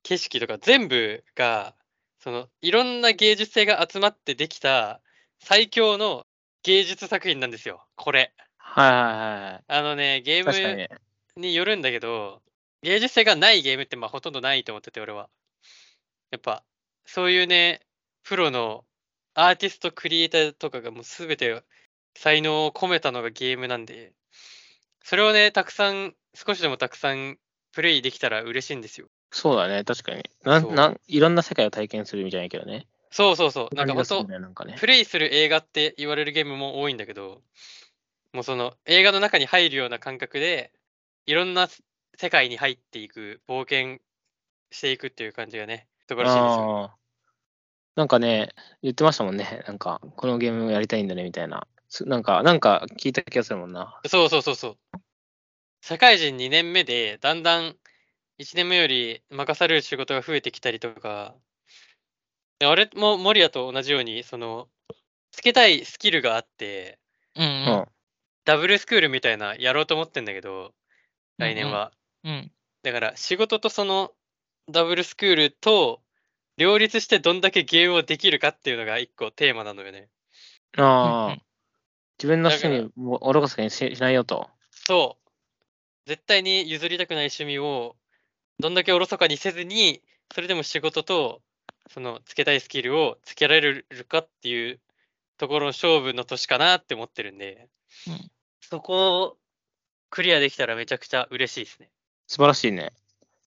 Speaker 2: 景色とか、全部が、その、いろんな芸術性が集まってできた、最強の芸術作品なんですよ、これ。
Speaker 4: はいはいはいはい。
Speaker 2: あのね、ゲーム、
Speaker 4: 確かにね。
Speaker 2: によるんだけど、芸術性がないゲームってまあほとんどないと思ってて、俺は。やっぱ、そういうね、プロのアーティスト、クリエイターとかがもう全て才能を込めたのがゲームなんで、それをね、たくさん、少しでもたくさんプレイできたら嬉しいんですよ。
Speaker 4: そうだね、確かに。な
Speaker 2: そうん
Speaker 4: なんいろんな世界を体験するみたいなけどね。
Speaker 2: そうそうそう。なん
Speaker 4: 感
Speaker 2: か本
Speaker 4: じがす
Speaker 2: 当
Speaker 4: る、ねなんかね。
Speaker 2: プレイする映画って言われるゲームも多いんだけど、もうその映画の中に入るような感覚で、いろんなせ世界に入っていく、冒険していくっていう感じがね、素晴らしいですよ。
Speaker 4: ああなんかね、言ってましたもんね。なんか、このゲームをやりたいんだねみたいな。すなんか、なんか聞いた気がするもんな。
Speaker 2: そうそうそうそう。社会人2年目で、だんだん1年目より任される仕事が増えてきたりとか、で俺も森谷と同じように、その、つけたいスキルがあって、
Speaker 1: うんう
Speaker 4: うん
Speaker 1: ん。
Speaker 2: ダブルスクールみたいなやろうと思ってんだけど、来
Speaker 1: うん
Speaker 2: 年
Speaker 1: うん
Speaker 2: は。
Speaker 1: うん。
Speaker 2: だから仕事とそのダブルスクールと両立してどんだけゲームをできるかっていうのが一個テーマなのよね。
Speaker 1: うんう
Speaker 4: ああ
Speaker 1: ん、
Speaker 4: 自分の
Speaker 2: だ
Speaker 4: 趣
Speaker 2: から
Speaker 4: 味を愚かさにししないよと。
Speaker 2: そう。絶対に譲りたくない趣味をどんだけおろそかにせずに、それでも仕事とそのつけたいスキルをつけられるかっていうところの勝負の年かなって思ってるんで、
Speaker 1: うん
Speaker 2: そこをクリアできたらめちゃくちゃ嬉しいですね。
Speaker 4: 素晴らしいね。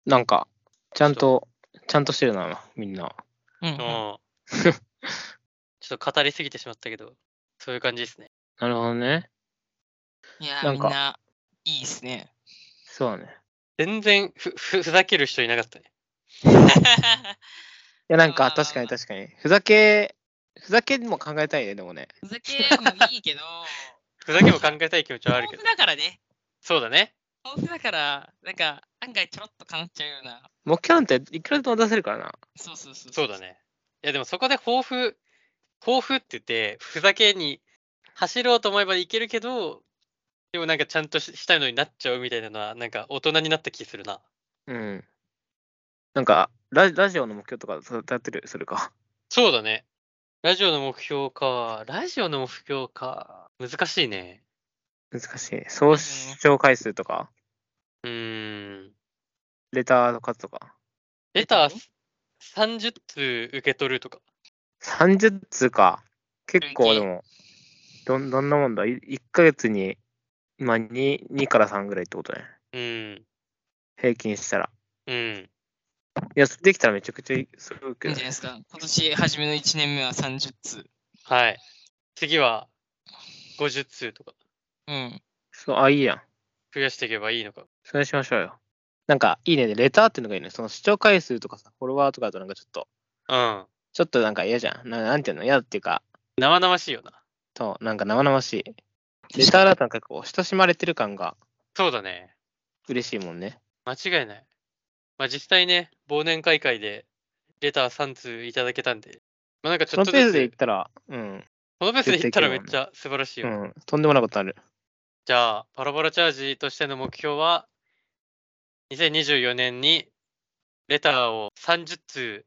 Speaker 4: なんか、ちゃんと、ちゃんとしてるな、みんな。
Speaker 1: うんうん *laughs*
Speaker 2: うんちょっと語りすぎてしまったけど、そういう感じですね。
Speaker 4: なるほどね。
Speaker 1: いや
Speaker 4: な
Speaker 1: ー、
Speaker 4: ん
Speaker 1: みん
Speaker 4: か
Speaker 1: な、いいっすね。
Speaker 4: そうだね。
Speaker 2: 全然ふふふざける人いなかったね。
Speaker 4: いや、なん
Speaker 1: あ
Speaker 4: か、
Speaker 1: ー
Speaker 4: 確かに確かに。ふざけ、ふざけも考えたいね、でもね。
Speaker 1: ふざけもいいけど、
Speaker 2: ふざけも考えたい気 *laughs* 持ちはある
Speaker 1: 豆 *laughs* 腐
Speaker 2: けど。
Speaker 1: だからね。
Speaker 2: そうだね。
Speaker 1: 豆腐だから、なんか、案外ちょろっとかなっちゃうような。
Speaker 4: 目標なんていくらでも出せるからな。
Speaker 1: そうそうそう。
Speaker 2: そうだ。ね。いやでもそこで抱負、抱負って言って、ふざけに走ろうと思えばいけるけど、でもなんかちゃんとししたいのになっちゃうみたいなのは、なんか大人になった気するな。
Speaker 4: うん。なんか、ララジオの目標とかそうやってる、するか。
Speaker 2: そうだね。ラジオの目標か。ラジオの目標か。難しいね。
Speaker 4: 難しい。総視聴回数とか、
Speaker 2: うーん。
Speaker 4: レターの数とか。
Speaker 2: レター30通受け取るとか。
Speaker 4: 30通か。結構
Speaker 1: 累計
Speaker 4: でも、どんどんなもんだ。い1ヶ月に、まあ2、2から3ぐらいってことね。
Speaker 2: うん。
Speaker 4: 平均したら。
Speaker 2: うん。
Speaker 4: いや、できたらめちゃくちゃいいすごい
Speaker 1: い
Speaker 4: け
Speaker 1: いん
Speaker 4: ど
Speaker 1: じゃない
Speaker 4: ね。
Speaker 1: ですか。今年初めの1年目は30通。
Speaker 2: はい。次は50通とか
Speaker 1: うん。
Speaker 4: そう、あ、いいやん。
Speaker 2: 増やしていけばいいのか。
Speaker 4: それしましょうよ。なんか、いいね。レターっていうのがいいね。その視聴回数とかさ、フォロワーとかだとなんかちょっと、
Speaker 2: うん。
Speaker 4: ちょっとなんか嫌じゃん。ななんていうの嫌っていうか、
Speaker 2: 生々しいよな。
Speaker 4: と、なんか生々しい。レターだとなんかこう、親しまれてる感が
Speaker 2: そうだね。
Speaker 4: 嬉しいもんね。
Speaker 2: 間違いない。まあ実際ね、忘年会会でレター3通いただけたんで、まあなんかち
Speaker 4: そ
Speaker 2: ょ
Speaker 4: の
Speaker 2: っと
Speaker 4: ペー
Speaker 2: ず
Speaker 4: スで言っ
Speaker 2: つ、
Speaker 4: たら、うん、
Speaker 2: このペースでいったらめ
Speaker 4: 言
Speaker 2: っ
Speaker 4: ってい
Speaker 2: ち
Speaker 4: け
Speaker 2: ゃ素晴らしいうよ。
Speaker 4: ん、とんでもなことある。
Speaker 2: じゃあ、パラパラチャージとしての目標は、2024年にレターを30通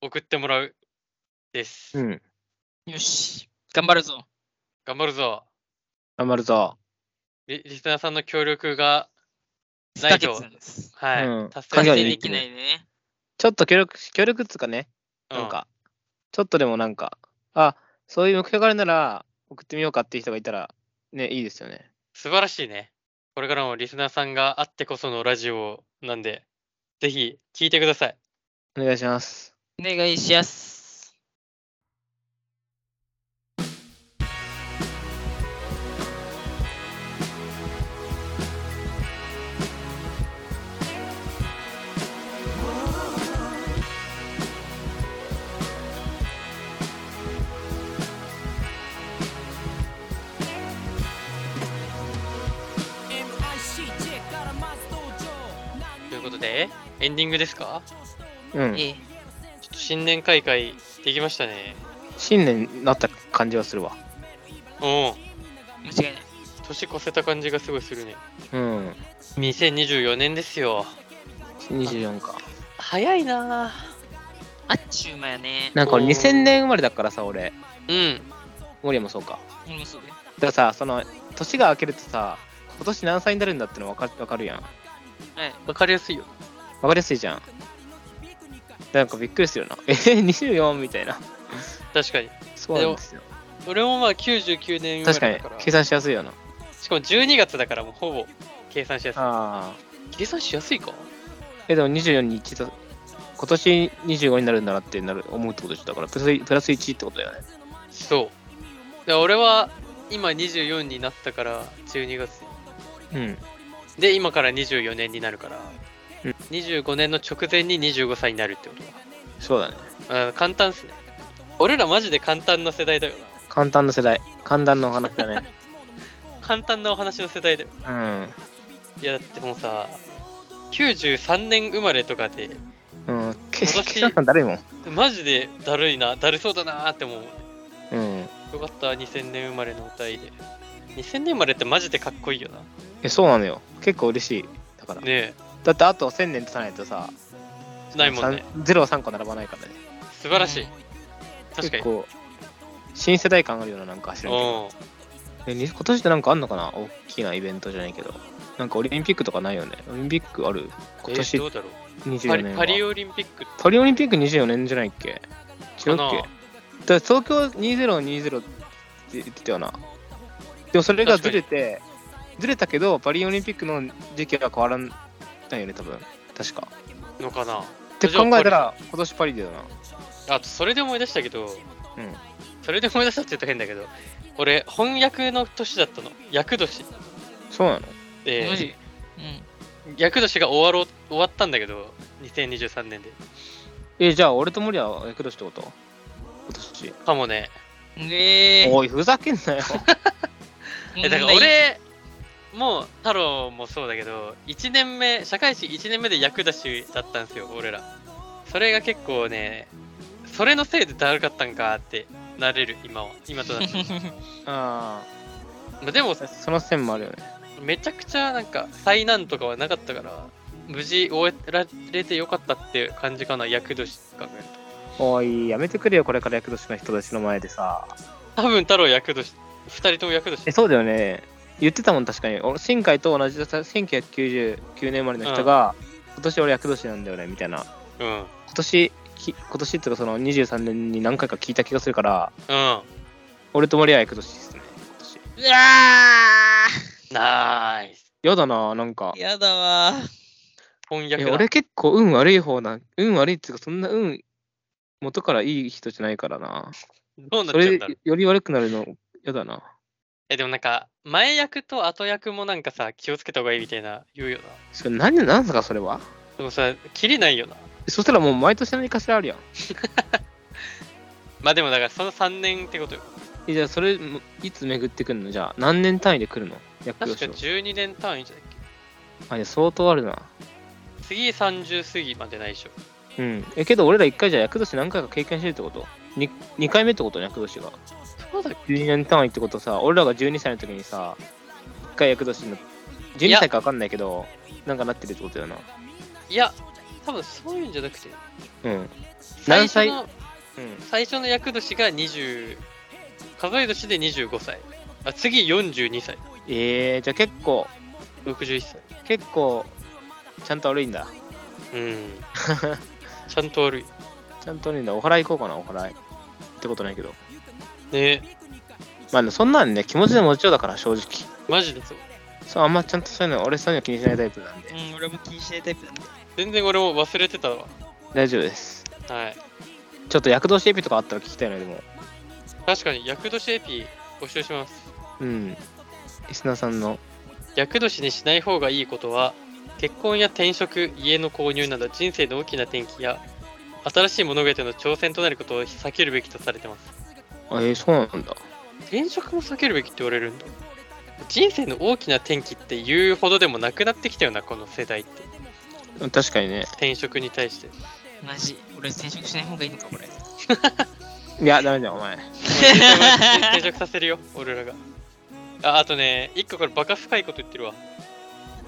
Speaker 2: 送ってもらうです。
Speaker 4: うん。
Speaker 1: よし。頑張るぞ。
Speaker 2: 頑張るぞ。
Speaker 4: 頑張るぞ。
Speaker 2: リリスナーさんの協力が、
Speaker 1: 不
Speaker 2: ない
Speaker 1: 可
Speaker 2: と
Speaker 1: 欠なんです。
Speaker 2: はい、
Speaker 4: うん
Speaker 2: 達
Speaker 1: 達
Speaker 2: 成
Speaker 4: 鍵
Speaker 2: で
Speaker 1: 成
Speaker 4: を握
Speaker 2: き
Speaker 1: で
Speaker 4: っ
Speaker 1: きないね。
Speaker 4: ちょっと協力、協力っつうかね、なんか、ちょっとでもなんか、あ、そういう目標があるなら、送ってみようかっていう人がいたら、ね、いいですよね。
Speaker 2: 素晴らしいね。これからもリスナーさんがあってこそのラジオなんで、ぜひ聞いてください。
Speaker 4: お願いします。
Speaker 1: お願いしやす。
Speaker 2: ということで、エンディングですかちょ
Speaker 4: うん。
Speaker 1: ええ
Speaker 2: っと新年会会できましたね。
Speaker 4: 新年になった感じはするわ。
Speaker 2: おお、
Speaker 1: 間違いない。
Speaker 2: 年越せた感じがすごいするね。
Speaker 4: うん。
Speaker 2: 2024年ですよ。
Speaker 4: 24か。
Speaker 2: 早いなあ
Speaker 1: あっちゅうまやね。
Speaker 4: なんか俺
Speaker 2: おー
Speaker 4: 2000年生まれだからさ、俺。
Speaker 2: うん。
Speaker 4: 森山もそうか。
Speaker 1: 俺もそうだよ
Speaker 4: だからさ、その、年が明けるとさ、今年何歳になるんだってのわかわかるやん。
Speaker 1: はい。
Speaker 2: わかりやすいよ。
Speaker 4: わかりやすいじゃん。なんかびっくりするよな。え、24みたいな。
Speaker 2: 確かに。
Speaker 4: そうなんですよ。
Speaker 2: 俺もまあ99年生
Speaker 4: 確
Speaker 2: ま
Speaker 4: か
Speaker 2: れ
Speaker 4: に
Speaker 2: だから。、
Speaker 4: 計算しやすいよな。
Speaker 2: しかも12月だからもうほぼ計算しやすい。
Speaker 4: ああ。
Speaker 2: 計算しやすいか
Speaker 4: え、でも24に1と、今年25になるんだなってなる思うってことでしょだからプラス、プラス1ってことだよね。
Speaker 2: そう。で俺は今24になったから12月に。
Speaker 4: うん。
Speaker 2: で、今から24年になるから、
Speaker 4: うん
Speaker 2: 25年の直前に25歳になるってこと
Speaker 4: そうだね。
Speaker 2: か。うん、簡単っすね。俺らマジで簡単な世代だよな。
Speaker 4: 簡単な世代。簡単なお話だね。
Speaker 2: *laughs* 簡単なお話の世代だよ。いや、だってもうさ、93年生まれとかで、
Speaker 4: うん。うん。け
Speaker 2: 今年
Speaker 4: 計算誰も。
Speaker 2: マジでだるいな、だるそうだなーって思うもんね。
Speaker 4: うん。
Speaker 2: よかった、2000年生まれの歌いで。2000年生まれってマジでかっこいいよな。
Speaker 4: え、そうなのよ。結構嬉しい。だから。
Speaker 2: ね
Speaker 4: だってあと1000年経たないとさ、
Speaker 2: え、ないもんね。
Speaker 4: 三。ゼロは3個並ばないからね。
Speaker 2: 素晴らしい。確か
Speaker 4: 結
Speaker 2: に。
Speaker 4: 構、新世代感あるような、なんか知らんけど。
Speaker 2: お
Speaker 4: えに今年ってなんかあんのかな大きなイベントじゃないけど。なんかオリンピックとかないよね。オリンピックある今
Speaker 2: え
Speaker 4: 年
Speaker 2: どうだろうパ
Speaker 4: 24
Speaker 2: リ
Speaker 4: 年は
Speaker 2: パリオリンピック
Speaker 4: パリオリンピック24年じゃないっけ違う
Speaker 2: か
Speaker 4: っけだ
Speaker 2: な
Speaker 4: から東京2020って言ってたよな。でもそれがずれて、ずれたけど、パリオリンピックの時期は変わらないよね、多分。確か。
Speaker 2: のかな
Speaker 4: って考えたら、今年パリだよな。
Speaker 2: あとそれで思い出したけ
Speaker 4: う
Speaker 2: ど、
Speaker 4: ん
Speaker 2: それで思い出したって言うと変だけど俺翻訳の年だったの役年
Speaker 4: そうなの
Speaker 1: マ
Speaker 2: で
Speaker 1: ジうん。
Speaker 2: 役年が終わろう終わったんだけど2023年で
Speaker 4: え、じゃあ俺と森は役年ってこと今年。
Speaker 2: かもね
Speaker 1: ええ
Speaker 4: おい、ふざけんなよ。 *laughs*
Speaker 2: えだから、俺もう太郎もそうだけど1年目社会人1年目で役年だったんですよ俺らそれが結構ねそれのせいでだるかったんかってなれる今は今となって
Speaker 4: あ
Speaker 2: まあでも
Speaker 4: あ、その線もあるよね。
Speaker 2: めちゃくちゃなんか災難とかはなかったから無事終えられてよかったっていう感じかな役年考える
Speaker 4: おい、やめてくれよ、これから役年の人たちの前でさ。
Speaker 2: と多分太郎役年2人とも役年
Speaker 4: え、そうだよね。言ってたもん、確かに。俺新海と同じだった1999年生まれの人が、今年俺役年なんだよね、みたいな。
Speaker 2: うん
Speaker 4: 今年、き今年っていうか、その23年に何回か聞いた気がするから、
Speaker 2: うん
Speaker 4: 俺と森は役年ですね、今年。
Speaker 1: うわ
Speaker 2: ナイス
Speaker 4: やだな、なんか
Speaker 1: ー。やだわー。
Speaker 2: 翻
Speaker 4: え
Speaker 2: 訳だ
Speaker 4: 俺結構運悪い方な、運悪いっていうか、そんな運、元からいい人じゃないからな。
Speaker 2: どうなっ
Speaker 4: そ
Speaker 2: ちゃう
Speaker 4: れ
Speaker 2: んだろう
Speaker 4: より悪くなるの、やだな。
Speaker 2: えでもなんか前役と後役もなんかさ気をつけた方がいいみたいな言うよな
Speaker 4: それ何、何すか、それは。
Speaker 2: でもさキリないよな
Speaker 4: そしたらもう毎年何かしらあるやん。
Speaker 2: まあでもだからその3年ってことよ
Speaker 4: えじゃあそれもいつ巡ってくるのじゃあ何年単位で来るの役
Speaker 2: 確か
Speaker 4: 年を
Speaker 2: 12年単位じゃないっ
Speaker 4: あいや相当あるな
Speaker 2: け次30過ぎまでないでしょ
Speaker 4: うんえけど俺ら一回じゃあ役年何回か経験してるってこと 2, 二回目ってことね役年が
Speaker 2: そうだっ
Speaker 4: 12年単位ってことさ俺らが12歳の時にさ一回役年の12歳か分かんないけどなんかなってるってことだよない
Speaker 2: や多分そういうんじゃなくて
Speaker 4: うん
Speaker 2: 最
Speaker 4: 何
Speaker 2: 初
Speaker 4: 歳
Speaker 2: の
Speaker 4: うん
Speaker 2: 最初の役年が20数え年で25歳あ次42歳、
Speaker 4: えー、じゃあ結構、
Speaker 2: 61歳。
Speaker 4: 結構、ちゃんと悪いんだ。
Speaker 2: うん。ちゃんと悪い。
Speaker 4: ちゃんと悪いんだ。お祓い行こうかな、お祓い。ってことないけど。
Speaker 2: ね
Speaker 4: まあ、でもそんなんね、気持ちで持ちようだから、正直。
Speaker 2: マジでそう。
Speaker 4: そう、あんまちゃんとそういうの、俺そういうの気にしないタイプなんで。
Speaker 1: うん、俺も気にしないタイプなんだ。
Speaker 2: 全然俺も忘れてたわ。
Speaker 4: 大丈夫です。
Speaker 2: はい。
Speaker 4: ちょっと躍動してエピとかあったら聞きたいのでも。
Speaker 2: 確かに、厄年エピ募集します。
Speaker 4: うん。リスナーさんの。
Speaker 2: 厄年にしない方がいいことは結婚や転職家の購入など人生の大きな転機や新しい物事への挑戦となることを避けるべきとされてます
Speaker 4: あ、えー、そうなんだ。
Speaker 2: 転職も避けるべきって言われるんだ人生の大きな転機って言うほどでもなくなってきたよなこの世代って
Speaker 4: 確かにね。
Speaker 2: 転職に対して
Speaker 1: マジ、俺転職しない方がいいのか、これ。
Speaker 4: いや、ダメだよ、お前。
Speaker 2: 転職させるよ俺らがああとね一個これバカ深いこと言ってるわ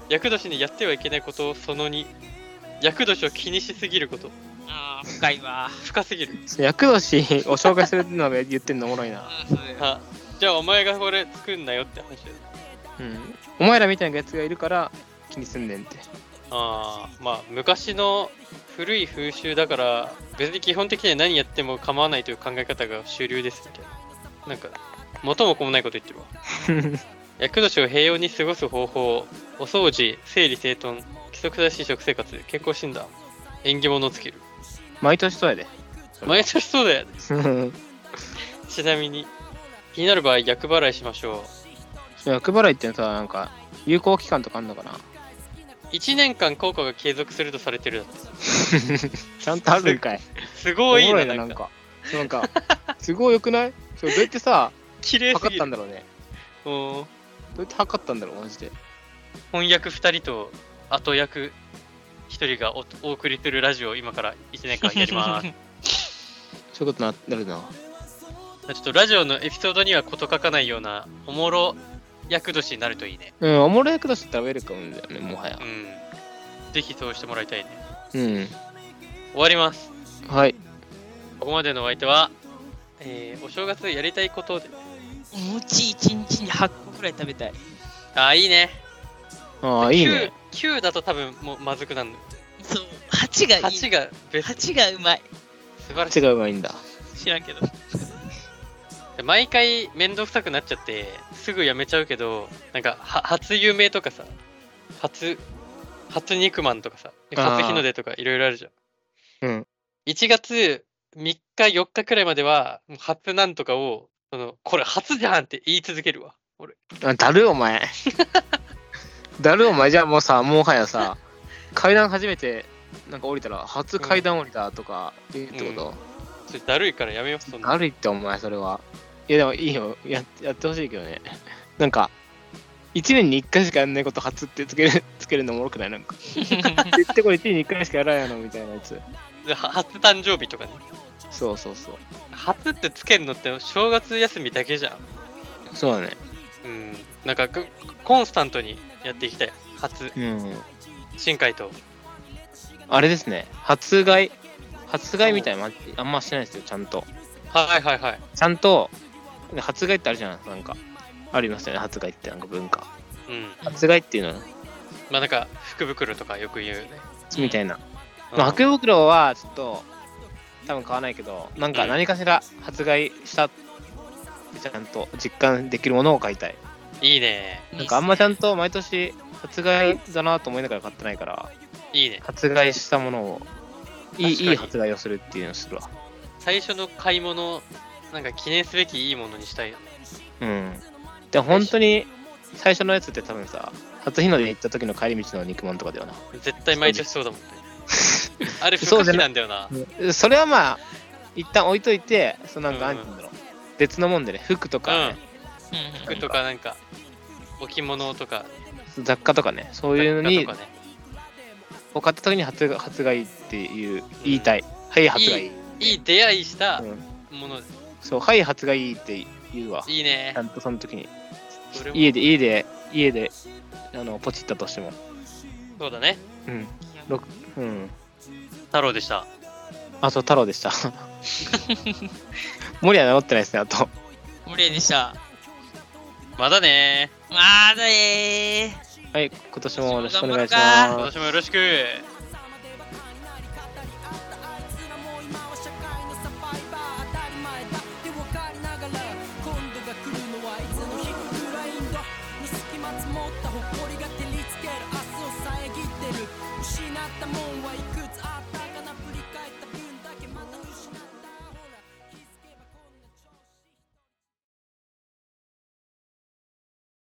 Speaker 2: 厄年にやってはいけないことその2厄年を気にしすぎること
Speaker 1: ああ、深いわ。
Speaker 2: 深すぎる
Speaker 4: 厄年を紹介するのが言ってんのおもろいな。
Speaker 1: うん、そうだよ。
Speaker 2: あじゃあお前がこれ作んなよって話だよ
Speaker 4: うん。お前らみたいなやつがいるから気にすんねんって。
Speaker 2: ああまあ昔の古い風習だから別に基本的には何やっても構わないという考え方が主流ですみたいななんか元も子もないこと言ってるわ
Speaker 4: *laughs*
Speaker 2: 厄年を平穏に過ごす方法お掃除整理整頓規則正しい食生活健康診断縁起物をつける
Speaker 4: 毎年そうやで。
Speaker 2: 毎年そうだよね
Speaker 4: うん
Speaker 2: ちなみに気になる場合厄払いしましょ
Speaker 4: 厄払いってさ、なんか、有効期間とかあんの *laughs* かな
Speaker 2: う1年間効果が継続するとされてるだって
Speaker 4: ちゃんとあるんかい。
Speaker 2: すごい
Speaker 4: おもろ
Speaker 2: なな
Speaker 4: なんん
Speaker 2: か
Speaker 4: か。そうなんか、すごいよくないそうどうやって *laughs* さ、
Speaker 2: 綺麗す
Speaker 4: 測
Speaker 2: ぎ
Speaker 4: った
Speaker 2: る
Speaker 4: んだろうね。
Speaker 2: うん
Speaker 4: どうやって測ったんだろう、マジで。
Speaker 2: 翻訳2人と後役1人がおお送りするラジオを今から1年間やります
Speaker 4: そういうことななるな。
Speaker 2: ちょっとラジオのエピソードには事書かないようなおもろ役年になるといいね
Speaker 4: うん、おもろい役年ってウェルカムだよね、もはや
Speaker 2: う。んぜひそうしてもらいたいね
Speaker 4: うん。
Speaker 2: 終わります
Speaker 4: はい。
Speaker 2: ここまでのお相手は、えーお正月やりたいことで
Speaker 1: お餅一日に8個くらい食べたい。
Speaker 2: あーいいね
Speaker 4: ああ、いいね。
Speaker 2: 9, だと多分もうまずくなるの
Speaker 1: そう、8がいい。
Speaker 2: 8がベスト
Speaker 1: 8がうまい。
Speaker 2: 素晴らし
Speaker 4: 違うがいいんだ。
Speaker 1: 知らんけど。
Speaker 2: い *laughs* 毎回面倒くさくなっちゃってすぐやめちゃうけどなんかは初有名とかさ初初肉まんとかさ
Speaker 4: あー
Speaker 2: 初日の出とかいろいろあるじゃ
Speaker 4: う
Speaker 2: ん
Speaker 4: ん。
Speaker 2: 1月3日4日くらいまではもう初なんとかをそのこれ初じゃんって言い続けるわ俺
Speaker 4: あだるお前。 *laughs* だるお前じゃあもうさ、もはやさ、階段初めてなんか降りたら、初階段降りたとか言うってこと、
Speaker 2: それだるいからやめようそんな
Speaker 4: だるいってお前、それは。いやでもいいよ、ややってほしいけどね。なんか、1年に1回しかやんないこと初ってつける *laughs* つけるのもろくないなん *laughs* か。絶対これ1年に1回しかやらんやろみたいなやつ。
Speaker 2: は初誕生日とかね
Speaker 4: そうそうそう。
Speaker 2: 初ってつけるのって正月休みだけじゃん
Speaker 4: そうだね。
Speaker 2: うんなんかくコンスタントにやっていきたい初
Speaker 4: うん。
Speaker 2: 新海と
Speaker 4: あれですね、発害、発害みたいなのあんましてないですよ、ちゃんと。
Speaker 2: はいはいはい
Speaker 4: ちゃんと、発害ってあるじゃん、なんか。ありますよね、発害ってなんか文化。
Speaker 2: うん
Speaker 4: 発害っていうのは
Speaker 2: まあなんか福袋とかよく言うよね。
Speaker 4: みたいな。
Speaker 2: うん
Speaker 4: まあ、白袋はちょっと、多分買わないけど、なん
Speaker 2: う
Speaker 4: か
Speaker 2: ん
Speaker 4: 何かしら発害したってちゃんと実感できるものを買いたい。
Speaker 2: いいね。
Speaker 4: なんかあんまちゃんと毎年発害だなと思いながら買ってないから、
Speaker 2: いいね。
Speaker 4: 発害したものを、いい
Speaker 2: 確かに
Speaker 4: いい発害をするっていうのをするわ。
Speaker 2: 最初の買い物、なんか記念すべきいいものにしたいよね。
Speaker 4: うん。で、本当に最初のやつって多分さ、初日の出行った時の帰り道の肉まんとかだよな。
Speaker 2: 絶対毎年そう
Speaker 4: *laughs*
Speaker 2: だもんね。あれ不
Speaker 4: そう
Speaker 2: 可
Speaker 4: じゃ
Speaker 2: 避
Speaker 4: な
Speaker 2: なんだよな。
Speaker 4: それはまあ、一旦置いといて、そのなんか、
Speaker 2: う
Speaker 4: なんん
Speaker 2: う
Speaker 4: て
Speaker 2: ん
Speaker 4: 言うんだろう。別のもんでね、服とかね、
Speaker 1: うん
Speaker 2: 服とかなんか、置物とか、
Speaker 4: 雑貨とかね、そういうの
Speaker 2: 雑
Speaker 4: に
Speaker 2: 貨と、かね
Speaker 4: を買った時に発が発がいいっていう、言いたい。はい、発がいい。
Speaker 2: いい出会いした
Speaker 4: うん
Speaker 2: もの、
Speaker 4: そう、はい、発がいいって言うわ。
Speaker 2: いいね
Speaker 4: ちゃ。んとその時に。
Speaker 2: それも
Speaker 4: 家で、家で、家で、あの、ポチったとしても。
Speaker 2: そうだね。
Speaker 4: うん。ろくうん。
Speaker 2: 太郎でした。
Speaker 4: あ、そう、太郎でした。 *laughs* 森は治ってないですね、あと。
Speaker 1: 無礼でした。
Speaker 2: またね
Speaker 4: まだえー。
Speaker 1: はい、今年もよろしくお願いし
Speaker 4: 頑張ろうか
Speaker 1: ま
Speaker 2: ー。
Speaker 1: す
Speaker 2: 今。年もよろしく。